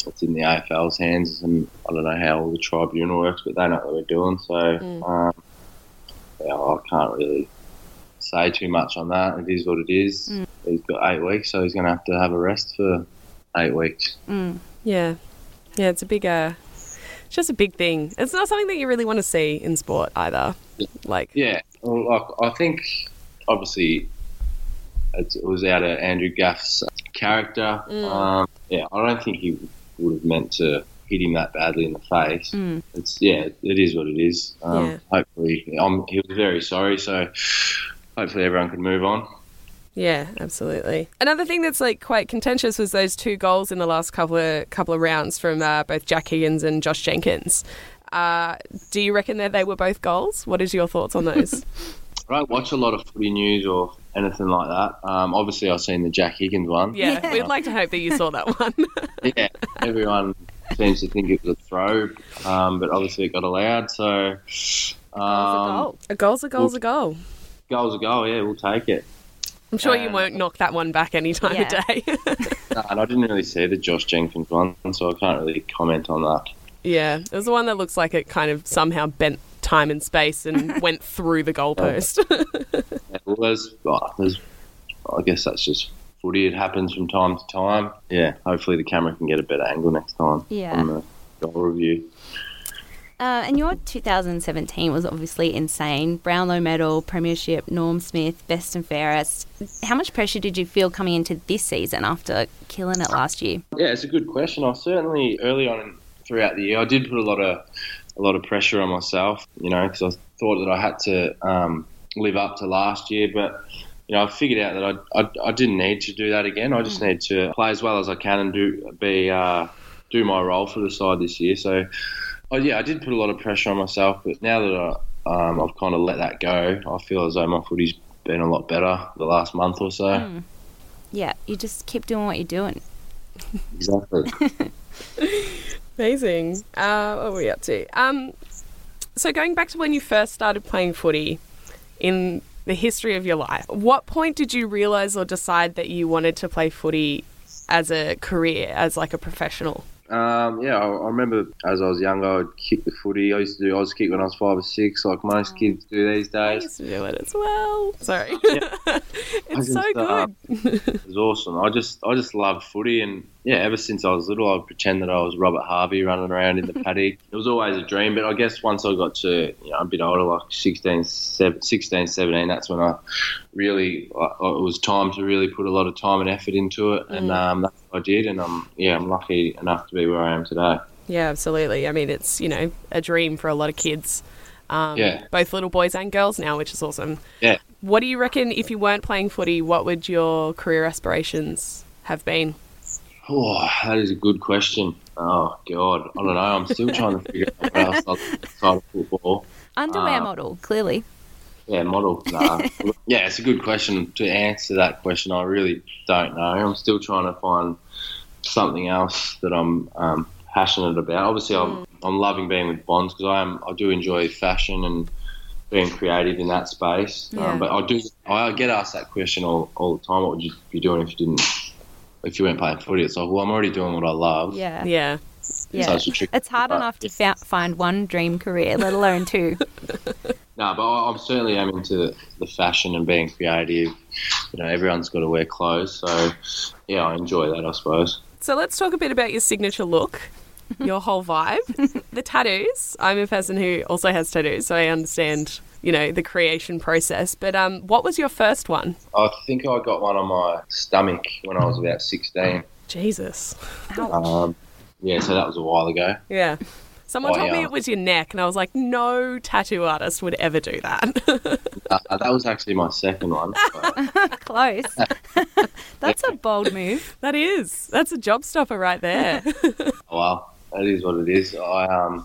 Speaker 4: it's in the AFL's hands, and I don't know how all the tribunal works, but they know what they're doing. So um, yeah, I can't really say too much on that. It is what it is. He's got eight weeks, so he's going to have to have a rest for eight weeks.
Speaker 2: Yeah. Yeah, it's a big, uh, it's just a big thing. It's not something that you really want to see in sport either. Like,
Speaker 4: Yeah, well, like, I think obviously it's, it was out of Andrew Gaff's character.
Speaker 2: Mm.
Speaker 4: Um, yeah, I don't think he would have meant to hit him that badly in the face. It's yeah, it is what it is. Um,
Speaker 2: Mm. Yeah.
Speaker 4: Hopefully, um, he was very sorry. So hopefully, everyone can move on.
Speaker 2: Yeah, absolutely. Another thing that's like quite contentious was those two goals in the last couple of couple of rounds from uh, both Jack Higgins and Josh Jenkins. Uh, do you reckon that they were both goals? What is your thoughts on those?
Speaker 4: I don't watch a lot of footy news or anything like that. Um, obviously, I've seen the Jack Higgins one.
Speaker 2: yeah, we'd like to hope that you saw that one.
Speaker 4: yeah, everyone seems to think it was a throw, um, but obviously it got allowed. So. Um,
Speaker 2: a goal's a goal's a goal.
Speaker 4: Goal's a goal, yeah, we'll take it.
Speaker 2: I'm sure you
Speaker 4: Um,
Speaker 2: won't knock that one back any time
Speaker 1: Yeah.
Speaker 2: of day.
Speaker 4: No, and I didn't really see the Josh Jenkins one, so I can't really comment on that.
Speaker 2: yeah, it was the one that looks like it kind of somehow bent time and space and went through the goalpost.
Speaker 4: Yeah, well, there's, oh, there's, I guess that's just footy. It happens from time to time. Yeah, hopefully the camera can get a better angle next time.
Speaker 1: Yeah.
Speaker 4: On the goal review.
Speaker 1: Uh, and your 2017 was obviously insane. Brownlow medal, premiership, Norm Smith, best and fairest. How much pressure did you feel coming into this season after killing it last year?
Speaker 4: Yeah, it's a good question. I certainly early on in- throughout the year, I did put a lot of a lot of pressure on myself, you know, because I thought that I had to um, live up to last year, but. You know, I figured out that I, I, I didn't need to do that again. I just need to play as well as I can and do be uh, do my role for the side this year. So, oh yeah, I did put a lot of pressure on myself, but now that I, um, I've kind of let that go, I feel as though my footy's been a lot better the last month or so.
Speaker 1: Yeah, you just keep doing what you're doing.
Speaker 4: Exactly.
Speaker 2: Amazing. Uh, what were we up to? Um, so going back to when you first started playing footy in the history of your life, what point did you realise or decide that you wanted to play footy as a career, as like a professional?
Speaker 4: Um, yeah, I, I remember as I was younger, I'd kick the footy. I used to do Oz kick when I was five or six, like most kids do these
Speaker 2: I
Speaker 4: days.
Speaker 2: used to do it as well. Sorry.
Speaker 4: I
Speaker 2: it's
Speaker 4: just,
Speaker 2: so
Speaker 4: uh,
Speaker 2: good.
Speaker 4: It was awesome. I just, I just loved footy, and yeah, ever since I was little, I'd pretend that I was Robert Harvey running around in the paddock. It was always a dream, but I guess once I got to you know, a bit older, like 16, 17, 16, 17 that's when I really, I, it was time to really put a lot of time and effort into it, and um, that's what I did. And I'm, yeah, I'm lucky enough to be where I am today.
Speaker 2: Yeah, absolutely. I mean, it's, you know, a dream for a lot of kids, um,
Speaker 4: Yeah.
Speaker 2: both little boys and girls now, which is awesome.
Speaker 4: Yeah.
Speaker 2: What do you reckon if you weren't playing footy, what would your career aspirations have been?
Speaker 4: Oh, that is a good question. Oh God, I don't know. I'm still trying to figure out what else I outside of football.
Speaker 1: Underwear model, clearly.
Speaker 4: Yeah, model. Nah. yeah, it's a good question to answer that question. I really don't know. I'm still trying to find something else that I'm um, passionate about. Obviously, I'm I'm loving being with Bonds because I am I do enjoy fashion and being creative in that space.
Speaker 2: Yeah.
Speaker 4: Um, but I do I get asked that question all, all the time. What would you be doing if you didn't if you weren't playing footy? It's like, well, I'm already doing what I love.
Speaker 1: Yeah.
Speaker 2: Yeah.
Speaker 1: yeah.
Speaker 4: such a tricky
Speaker 1: It's hard
Speaker 4: part.
Speaker 1: enough to fa- find one dream career, let alone two.
Speaker 4: No, but I- I'm certainly am into the fashion and being creative. You know, everyone's got to wear clothes, so yeah, I enjoy that, I suppose.
Speaker 2: So let's talk a bit about your signature look, your whole vibe, the tattoos. I'm a person who also has tattoos, so I understand, you know, the creation process. But um, what was your first one?
Speaker 4: I think I got one on my stomach when I was about 16.
Speaker 2: Jesus.
Speaker 4: Um, yeah, so that was a while ago.
Speaker 2: Yeah. Someone
Speaker 4: Oh,
Speaker 2: told me
Speaker 4: yeah.
Speaker 2: it was your neck, and I was like, no tattoo artist would ever do that.
Speaker 4: Uh, that was actually my second one. but- oh
Speaker 1: Close. That's a bold move.
Speaker 2: that is. That's a job stopper right there.
Speaker 4: oh, well, that is what it is. I um,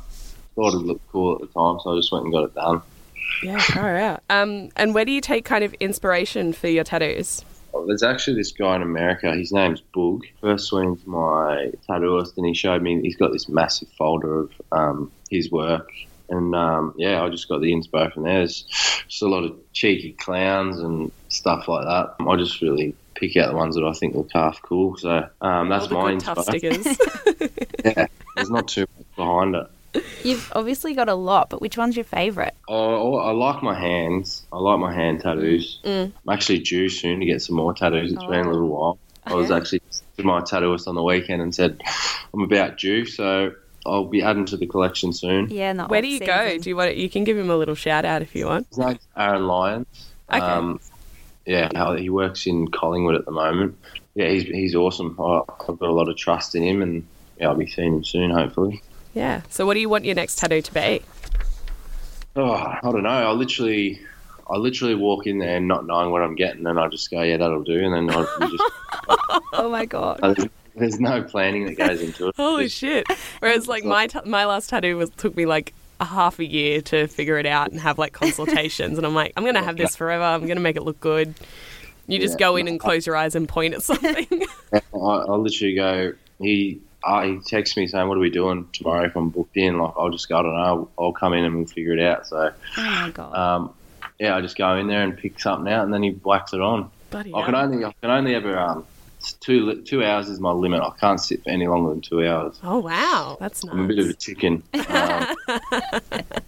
Speaker 4: thought it looked cool at the time, so I just went and got it done.
Speaker 2: yeah, far out. Um, and where do you take kind of inspiration for your tattoos?
Speaker 4: Oh, There's actually this guy in America. His name's Boog. First went into my tattooist, and he showed me he's got this massive folder of um, his work. And um, yeah, I just got the inspo from there. There's just a lot of cheeky clowns and stuff like that. I just really pick out the ones that I think look half cool. So um, that's
Speaker 2: All the
Speaker 4: my
Speaker 2: good tough
Speaker 4: inspo.
Speaker 2: stickers.
Speaker 4: Yeah, there's not too much behind it.
Speaker 1: You've obviously got a lot, but which one's your favourite?
Speaker 4: Oh, I like my hands. I like my hand tattoos. I'm actually due soon to get some more tattoos. It's been a little while. I was actually with my tattooist on the weekend and said, I'm about due, so I'll be adding to the collection soon.
Speaker 1: Yeah, not
Speaker 2: where do you go? Do you want? You can give him a little shout out if you want.
Speaker 4: His name's Aaron Lyons. Um,
Speaker 2: Okay.
Speaker 4: yeah, he works in Collingwood at the moment. Yeah, he's, he's awesome. I, I've got a lot of trust in him, and yeah, I'll be seeing him soon, hopefully.
Speaker 2: Yeah. So, what do you want your next tattoo to be?
Speaker 4: Oh, I don't know. I literally, I literally walk in there not knowing what I'm getting, and I just go, "Yeah, that'll do," and then I you just.
Speaker 1: oh my god.
Speaker 4: I- there's no planning that goes into it.
Speaker 2: Holy
Speaker 4: It's-
Speaker 2: shit! Whereas, like my t- my last tattoo was took me like a half a year to figure it out and have like consultations, and I'm like, I'm gonna have this forever. I'm gonna make it look good. You just
Speaker 4: Yeah.
Speaker 2: go in and close your eyes and point at something.
Speaker 4: I, I'll literally go. He I, he texts me saying, "What are we doing tomorrow?" If I'm booked in, like I'll just go. I don't know. I'll come in and we'll figure it out. So,
Speaker 1: Oh my god.
Speaker 4: um, yeah, I just go in there and pick something out, and then he whacks it on.
Speaker 2: Bloody
Speaker 4: I Oh, can
Speaker 2: hell.
Speaker 4: only I can only ever um, it's two li- two hours is my limit. I can't sit for any longer than two hours.
Speaker 2: Oh wow, that's nice.
Speaker 4: I'm a bit of a chicken. Um,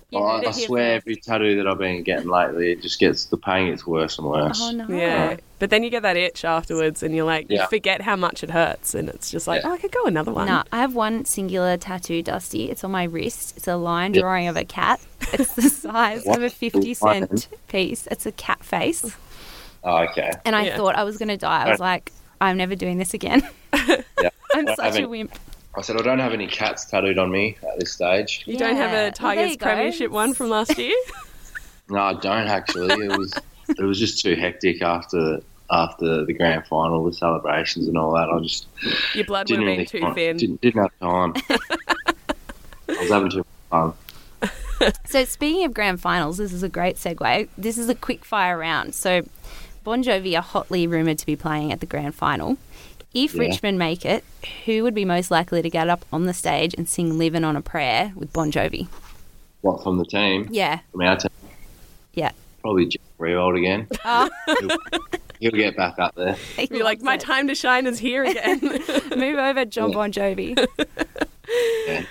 Speaker 1: You heard
Speaker 4: I,
Speaker 1: it
Speaker 4: I
Speaker 1: here
Speaker 4: swear,
Speaker 1: first.
Speaker 4: every tattoo that I've been getting lately, it just gets the pain gets worse and worse.
Speaker 1: Oh no.
Speaker 2: yeah, but then you get that itch afterwards, and you're like, you
Speaker 4: Yeah.
Speaker 2: forget how much it hurts, and it's just like,
Speaker 4: Yeah.
Speaker 2: oh, I could go another one.
Speaker 1: No, I have one singular tattoo, Dusty. It's on my wrist. It's a line
Speaker 4: Yeah.
Speaker 1: drawing of a cat. It's the size of a
Speaker 4: What?
Speaker 1: 50
Speaker 4: Lion?
Speaker 1: cent piece. It's a cat face.
Speaker 4: Oh, okay.
Speaker 1: And I
Speaker 2: Yeah.
Speaker 1: thought I was going to die. I was like, I'm never doing this again.
Speaker 4: Yeah.
Speaker 1: I'm
Speaker 4: I
Speaker 1: such a
Speaker 4: haven't-
Speaker 1: wimp.
Speaker 4: I said I don't have any cats tattooed on me at this stage.
Speaker 2: You don't
Speaker 1: Yeah.
Speaker 2: have a
Speaker 1: Well, there
Speaker 2: Tigers
Speaker 1: you go.
Speaker 2: Premiership one from last year?
Speaker 4: No, I don't actually. It was it was just too hectic after after the grand final, the celebrations and all that. I just
Speaker 2: Your blood would
Speaker 4: didn't
Speaker 2: have been too
Speaker 4: really
Speaker 2: thin.
Speaker 4: Didn't, didn't have time. I was having too much fun.
Speaker 1: So, speaking of grand finals, this is a great segue. This is a quick fire round. So, Bon Jovi are hotly rumoured to be playing at the grand final. If
Speaker 4: Yeah.
Speaker 1: Richmond make it, who would be most likely to get up on the stage and sing Living on a Prayer with Bon Jovi?
Speaker 4: What from the team?
Speaker 1: Yeah.
Speaker 4: From our team,
Speaker 1: Yeah.
Speaker 4: probably Jeff Rewald again.
Speaker 1: Oh.
Speaker 4: he'll, he'll get back up there.
Speaker 2: You're like, my time to shine is here again.
Speaker 1: Move over, John
Speaker 4: Yeah.
Speaker 1: Bon Jovi.
Speaker 4: Yeah.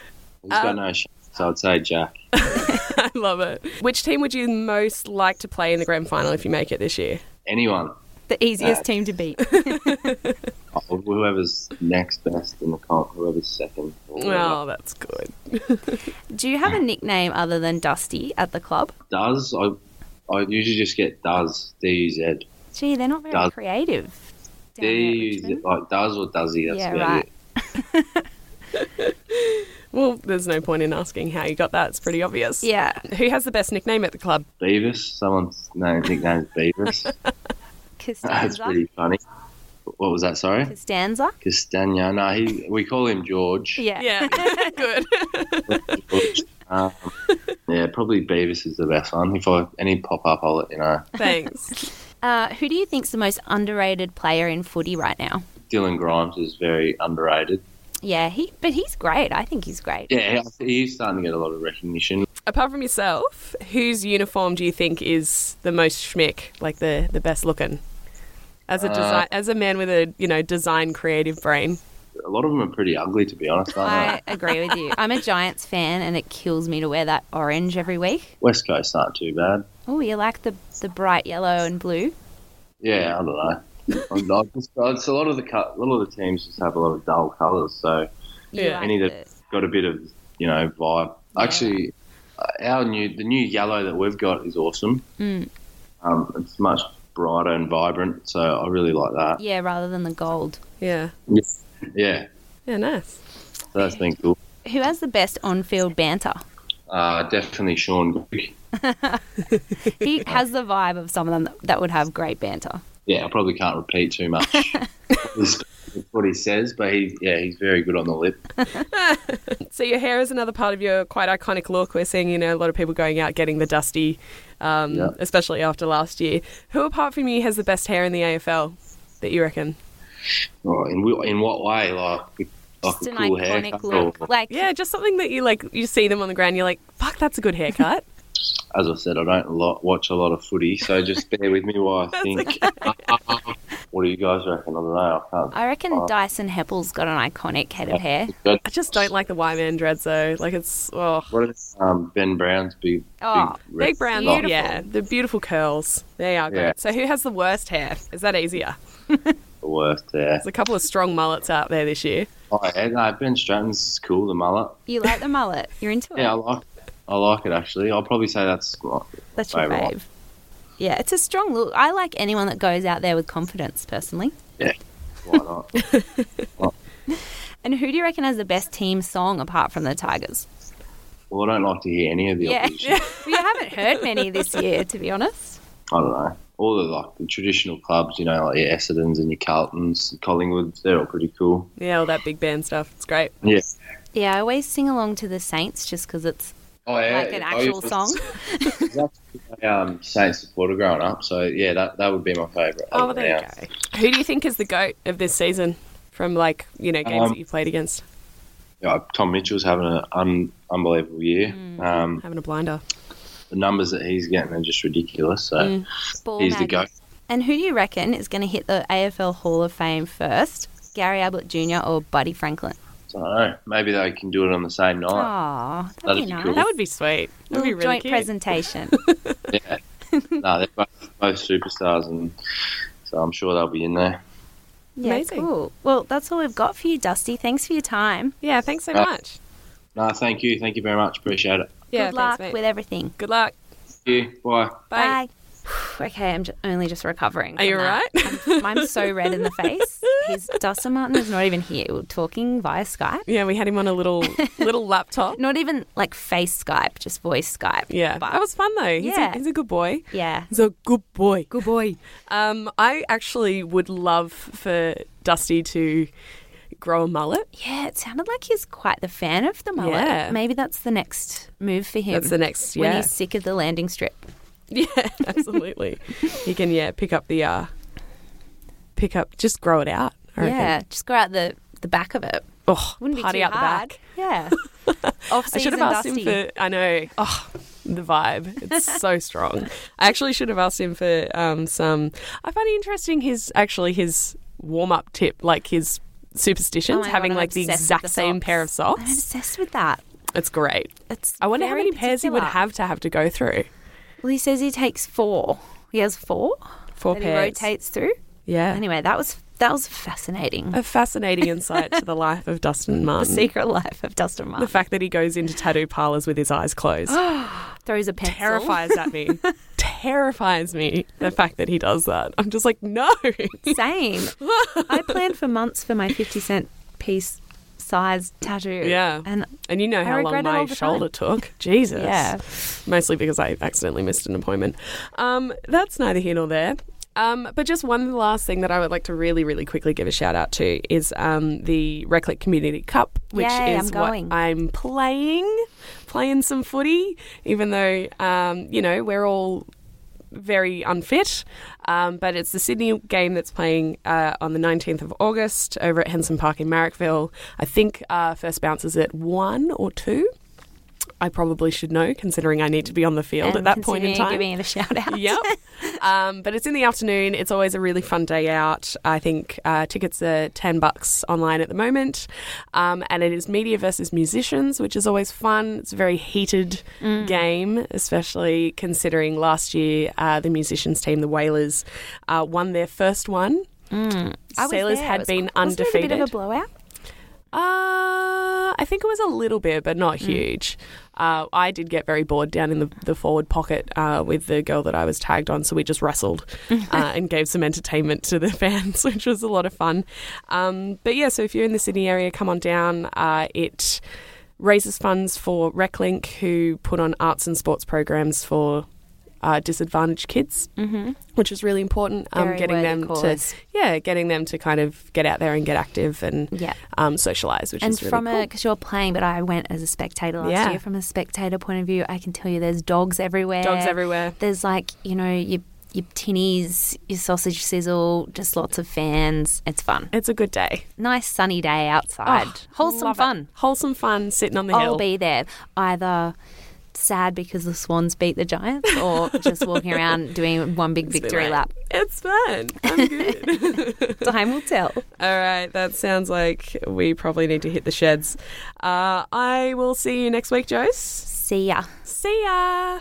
Speaker 4: He's
Speaker 2: Uh,
Speaker 4: got no shame, so I'd say Jack.
Speaker 2: I love it. Which team would you most like to play in the grand final if you make it this year?
Speaker 4: Anyone,
Speaker 1: The
Speaker 4: Uh,
Speaker 1: easiest team to beat.
Speaker 4: Oh, whoever's next best in the comp, whoever's second. or whatever.
Speaker 2: Oh, that's good.
Speaker 1: Do you have a nickname other than Dusty at the club?
Speaker 4: Does I? I usually just get does D U Z.
Speaker 1: Gee, they're not very
Speaker 4: Does-
Speaker 1: creative. down
Speaker 4: Do
Speaker 1: there at
Speaker 4: you
Speaker 1: Richmond.
Speaker 4: like does or does he? That's
Speaker 1: Yeah,
Speaker 4: about
Speaker 1: right.
Speaker 4: it.
Speaker 2: Well, there's no point in asking how you got that. It's pretty obvious.
Speaker 1: Yeah.
Speaker 2: Who has the best nickname at the club?
Speaker 4: Beavis. Someone's name nickname's Beavis. That's
Speaker 1: Costanza.
Speaker 4: pretty funny. What was that? Sorry,
Speaker 1: Costanza.
Speaker 4: Castagna. No, he. We call him George.
Speaker 1: Yeah.
Speaker 2: Yeah. good.
Speaker 4: George. Um, yeah, probably Beavis is the best one. If I any pop up, I'll let you know.
Speaker 2: Thanks.
Speaker 1: Uh, who do you think's the most underrated player in footy right now?
Speaker 4: Dylan Grimes is very underrated.
Speaker 1: Yeah, he, but he's great. I think he's great.
Speaker 4: Yeah, he- he's starting to get a lot of recognition.
Speaker 2: Apart from yourself, whose uniform do you think is the most schmick, like the, the best looking? As a design, as a man with a you know design creative brain,
Speaker 4: A lot of them are pretty ugly, to be honest, aren't
Speaker 1: I
Speaker 4: they?
Speaker 1: agree with you. I'm a Giants fan, and it kills me to wear that orange every week.
Speaker 4: West Coast aren't too bad.
Speaker 1: Oh, you like the the bright yellow and blue?
Speaker 4: Yeah, I don't know. I'm not, just, it's a lot of the co- a lot of the teams just have a lot of dull colours, so
Speaker 1: You
Speaker 2: Yeah.
Speaker 1: like
Speaker 4: any
Speaker 1: the-
Speaker 4: that's got a bit of you know vibe. Actually, uh, our new the new yellow that we've got is awesome.
Speaker 1: Mm.
Speaker 4: Um, it's much brighter and vibrant, so I really like that.
Speaker 1: yeah, rather than the gold.
Speaker 2: yeah,
Speaker 4: Yeah,
Speaker 2: yeah, nice.
Speaker 4: So that's been cool.
Speaker 1: Who has the best on-field banter?
Speaker 4: Uh, definitely Sean. Quick.
Speaker 1: He has the vibe of someone that- that would have great banter.
Speaker 4: Yeah, I probably can't repeat too much. It's what he says, but he, yeah, he's very good on the lip.
Speaker 2: So your hair is another part of your quite iconic look. We're seeing, you know, a lot of people going out getting the dusty, um,
Speaker 4: Yeah.
Speaker 2: especially after last year. Who apart from you has the best hair in the AFL that you reckon?
Speaker 4: Oh, in, wh- in what way? Like, with- like
Speaker 1: Just
Speaker 4: a
Speaker 1: an
Speaker 4: cool
Speaker 1: iconic
Speaker 4: haircut
Speaker 1: look.
Speaker 4: or-
Speaker 1: Like
Speaker 2: Yeah, just something that you like. You see them on the ground, you're like, "Fuck, that's a good haircut."
Speaker 4: as I said, I don't lot, watch a lot of footy, so just bear with me while I think. what do you guys reckon? I don't know. I can't.
Speaker 1: I reckon Dyson Heppel's got an iconic head
Speaker 4: Oh.
Speaker 1: of hair.
Speaker 4: But
Speaker 2: I just don't like the Y man dreads though. Like it's oh,
Speaker 4: what is um, Ben Brown's big?
Speaker 1: Oh,
Speaker 4: red
Speaker 2: big brown,
Speaker 4: spot?
Speaker 1: beautiful.
Speaker 2: yeah, the beautiful curls. They are great.
Speaker 4: Yeah.
Speaker 2: So who has the worst hair? Is that easier?
Speaker 4: The worst. Yeah.
Speaker 2: There's a couple of strong mullets out there this year.
Speaker 4: Oh, yeah, no, Ben Stratton's cool. The mullet.
Speaker 1: You like the mullet? You're into it.
Speaker 4: Yeah, I like. I like it actually. I'll probably say that's like,
Speaker 1: That's your
Speaker 4: favourite one.
Speaker 1: fave. Yeah, it's a strong look. I like anyone that goes out there with confidence, personally.
Speaker 4: yeah. Why not?
Speaker 1: And who do you reckon has the best team song apart from the Tigers?
Speaker 4: well, I don't like to hear any of the
Speaker 1: Yeah.
Speaker 4: opposition.
Speaker 1: We haven't heard many this year, to be honest.
Speaker 4: I don't know. All the like the traditional clubs, you know, like your Essendon's and your Carltons, Collingwoods, they're all pretty cool.
Speaker 2: Yeah, all that big band stuff. It's great.
Speaker 4: Yeah.
Speaker 1: Yeah, I always sing along to the Saints just because it's
Speaker 4: Oh yeah.
Speaker 1: like an
Speaker 4: I
Speaker 1: actual
Speaker 4: used to-
Speaker 1: song.
Speaker 4: Exactly. I, um, Saints supporter growing up, so yeah, that that would be my favourite.
Speaker 2: Oh, well, there
Speaker 4: Yeah.
Speaker 2: you go. Who do you think is the goat of this season from like you know games
Speaker 4: Um,
Speaker 2: that you played against?
Speaker 4: Yeah, Tom Mitchell's having an un- unbelievable year.
Speaker 2: Mm.
Speaker 4: Um,
Speaker 2: Having a blinder.
Speaker 4: the numbers that he's getting are just ridiculous. So
Speaker 2: Mm.
Speaker 1: Ball
Speaker 4: he's the
Speaker 1: Madness.
Speaker 4: goat.
Speaker 1: And who do you reckon is going to hit the AFL Hall of Fame first? Gary Ablett Jr. or Buddy Franklin?
Speaker 4: So I don't know. Maybe they can do it on the same night.
Speaker 1: Oh, that'd,
Speaker 4: That'd
Speaker 1: be
Speaker 4: be
Speaker 1: nice.
Speaker 4: cool.
Speaker 2: That would be sweet. That would
Speaker 1: Little
Speaker 2: be really
Speaker 1: joint
Speaker 2: cute.
Speaker 1: presentation.
Speaker 4: Yeah.
Speaker 2: Oh.
Speaker 4: no, they're both, both superstars, and so I'm sure they'll be in there.
Speaker 1: yeah,
Speaker 2: Amazing.
Speaker 1: cool. Well, that's all we've got for you, Dusty. Thanks for your time.
Speaker 2: Yeah, thanks so
Speaker 4: Uh,
Speaker 2: much.
Speaker 4: No, thank you. Thank you very much. Appreciate it.
Speaker 2: Yeah,
Speaker 1: Good
Speaker 2: thanks,
Speaker 1: luck
Speaker 2: mate.
Speaker 1: with everything.
Speaker 2: Good luck.
Speaker 4: Thank you. Bye.
Speaker 2: Bye.
Speaker 1: okay, I'm j- only just recovering.
Speaker 2: Are you all right?
Speaker 1: I'm, I'm so red in the face. He's, Dustin Martin is not even here. We're talking via Skype.
Speaker 2: Yeah, we had him on a little little laptop.
Speaker 1: Not even like face Skype, just voice Skype.
Speaker 2: Yeah,
Speaker 1: But-
Speaker 2: that was fun though. He's,
Speaker 1: Yeah.
Speaker 2: a, he's a good boy.
Speaker 1: yeah.
Speaker 2: He's a good boy.
Speaker 1: Good boy.
Speaker 2: Um, I actually would love for Dusty to grow a mullet.
Speaker 1: Yeah, it sounded like he's quite the fan of the mullet.
Speaker 2: Yeah.
Speaker 1: Maybe that's the next move for him.
Speaker 2: That's the next.
Speaker 1: When
Speaker 2: Yeah,
Speaker 1: he's sick of the landing strip.
Speaker 2: yeah, absolutely. he can yeah pick up the uh, pick up just grow it out. I reckon.
Speaker 1: Yeah, just go out the, the back of it.
Speaker 2: Oh,
Speaker 1: Wouldn't
Speaker 2: party
Speaker 1: be too
Speaker 2: out
Speaker 1: hard.
Speaker 2: the back.
Speaker 1: Yeah. Off
Speaker 2: I
Speaker 1: season
Speaker 2: should have asked
Speaker 1: Dusty.
Speaker 2: him for. I know. Oh, the vibe. It's so strong. I actually should have asked him for um, some. I find it interesting. His actually his warm up tip, like his
Speaker 1: Oh
Speaker 2: superstitions,
Speaker 1: my God,
Speaker 2: having
Speaker 1: I'm
Speaker 2: like the
Speaker 1: obsessed with
Speaker 2: exact
Speaker 1: the
Speaker 2: same pair of
Speaker 1: I'm
Speaker 2: socks.
Speaker 1: obsessed with that.
Speaker 2: It's great.
Speaker 1: It's
Speaker 2: I wonder how
Speaker 1: very
Speaker 2: many pairs he would
Speaker 1: particular.
Speaker 2: have to have to go through.
Speaker 1: Well, he says he takes four. He has four
Speaker 2: Four
Speaker 1: that
Speaker 2: pairs.
Speaker 1: he rotates through.
Speaker 2: Yeah. Uh,
Speaker 1: Anyway, that was that was fascinating.
Speaker 2: A fascinating insight to the life of Dustin
Speaker 1: the
Speaker 2: Martin.
Speaker 1: secret life of Dustin Martin
Speaker 2: The fact that he goes into tattoo parlors with his eyes closed
Speaker 1: Oh, throws a pencil.
Speaker 2: terrifies at me. terrifies me. The fact that he does that. I'm just like, no.
Speaker 1: Same. I planned for months for my fifty cent piece size tattoo.
Speaker 2: Yeah.
Speaker 1: and
Speaker 2: And you know how long
Speaker 1: regret it
Speaker 2: my
Speaker 1: all the time.
Speaker 2: shoulder took. Jesus.
Speaker 1: Yeah.
Speaker 2: Mostly because I accidentally missed an appointment. Um, that's neither here nor there. Um, but just one last thing that I would like to really, really quickly give a shout out to is um, the Reckitt Community Cup, which
Speaker 1: Yay,
Speaker 2: is
Speaker 1: I'm going.
Speaker 2: what I'm playing, playing some footy, even though, um, you know, we're all very unfit. Um, but it's the Sydney game that's playing uh, on the 19th of August over at Henson Park in Marrickville. I think uh, first bounce is at one or two. I probably should know, considering I need to be on the field
Speaker 1: and
Speaker 2: at that point in
Speaker 1: considering
Speaker 2: time.
Speaker 1: giving it a shout out.
Speaker 2: Yep. Um, but it's in the afternoon. It's always a really fun day out. I think uh, tickets are 10 bucks online at the moment. Um, and it is media versus musicians, which is always fun. It's a very heated
Speaker 1: Mm.
Speaker 2: game, especially considering last year uh, the musicians team, the Whalers, uh, won their first one.
Speaker 1: Mm. I was
Speaker 2: Sailors
Speaker 1: there.
Speaker 2: had
Speaker 1: It was-
Speaker 2: been
Speaker 1: wasn't it
Speaker 2: undefeated.
Speaker 1: a bit of a blowout. Hmm.
Speaker 2: Uh, I think it was a little bit, but not huge. Uh, I did get very bored down in the, the forward pocket uh, with the girl that I was tagged on, so we just wrestled uh, and gave some entertainment to the fans, which was a lot of fun. Um, but yeah, so if you're in the Sydney area, come on down. Uh, it raises funds for RecLink, who put on arts and sports programs for uh, disadvantaged kids, mm-hmm. which is really important. um,
Speaker 1: Very
Speaker 2: getting
Speaker 1: worthy
Speaker 2: them
Speaker 1: cause.
Speaker 2: to yeah, getting them to kind of get out there and get active and
Speaker 1: Yeah.
Speaker 2: um, socialize, which
Speaker 1: and
Speaker 2: is really
Speaker 1: from
Speaker 2: cool.
Speaker 1: a because you're playing, but I went as a spectator last
Speaker 2: Yeah.
Speaker 1: year. From a spectator point of view, I can tell you there's dogs everywhere.
Speaker 2: Dogs everywhere.
Speaker 1: There's like you know your your tinnies, your sausage sizzle, just lots of fans. It's fun.
Speaker 2: It's a good day.
Speaker 1: Nice sunny day outside.
Speaker 2: Oh,
Speaker 1: Wholesome
Speaker 2: love it.
Speaker 1: fun.
Speaker 2: Wholesome fun sitting on the
Speaker 1: I'll
Speaker 2: hill.
Speaker 1: be there either. Sad because the Swans beat the Giants, or just walking around doing one big
Speaker 2: Be
Speaker 1: victory
Speaker 2: like,
Speaker 1: lap.
Speaker 2: It's fun. I'm good.
Speaker 1: Time will tell.
Speaker 2: All right, that sounds like we probably need to hit the sheds. Uh, I will see you next week, Joyce.
Speaker 1: See ya.
Speaker 2: See ya.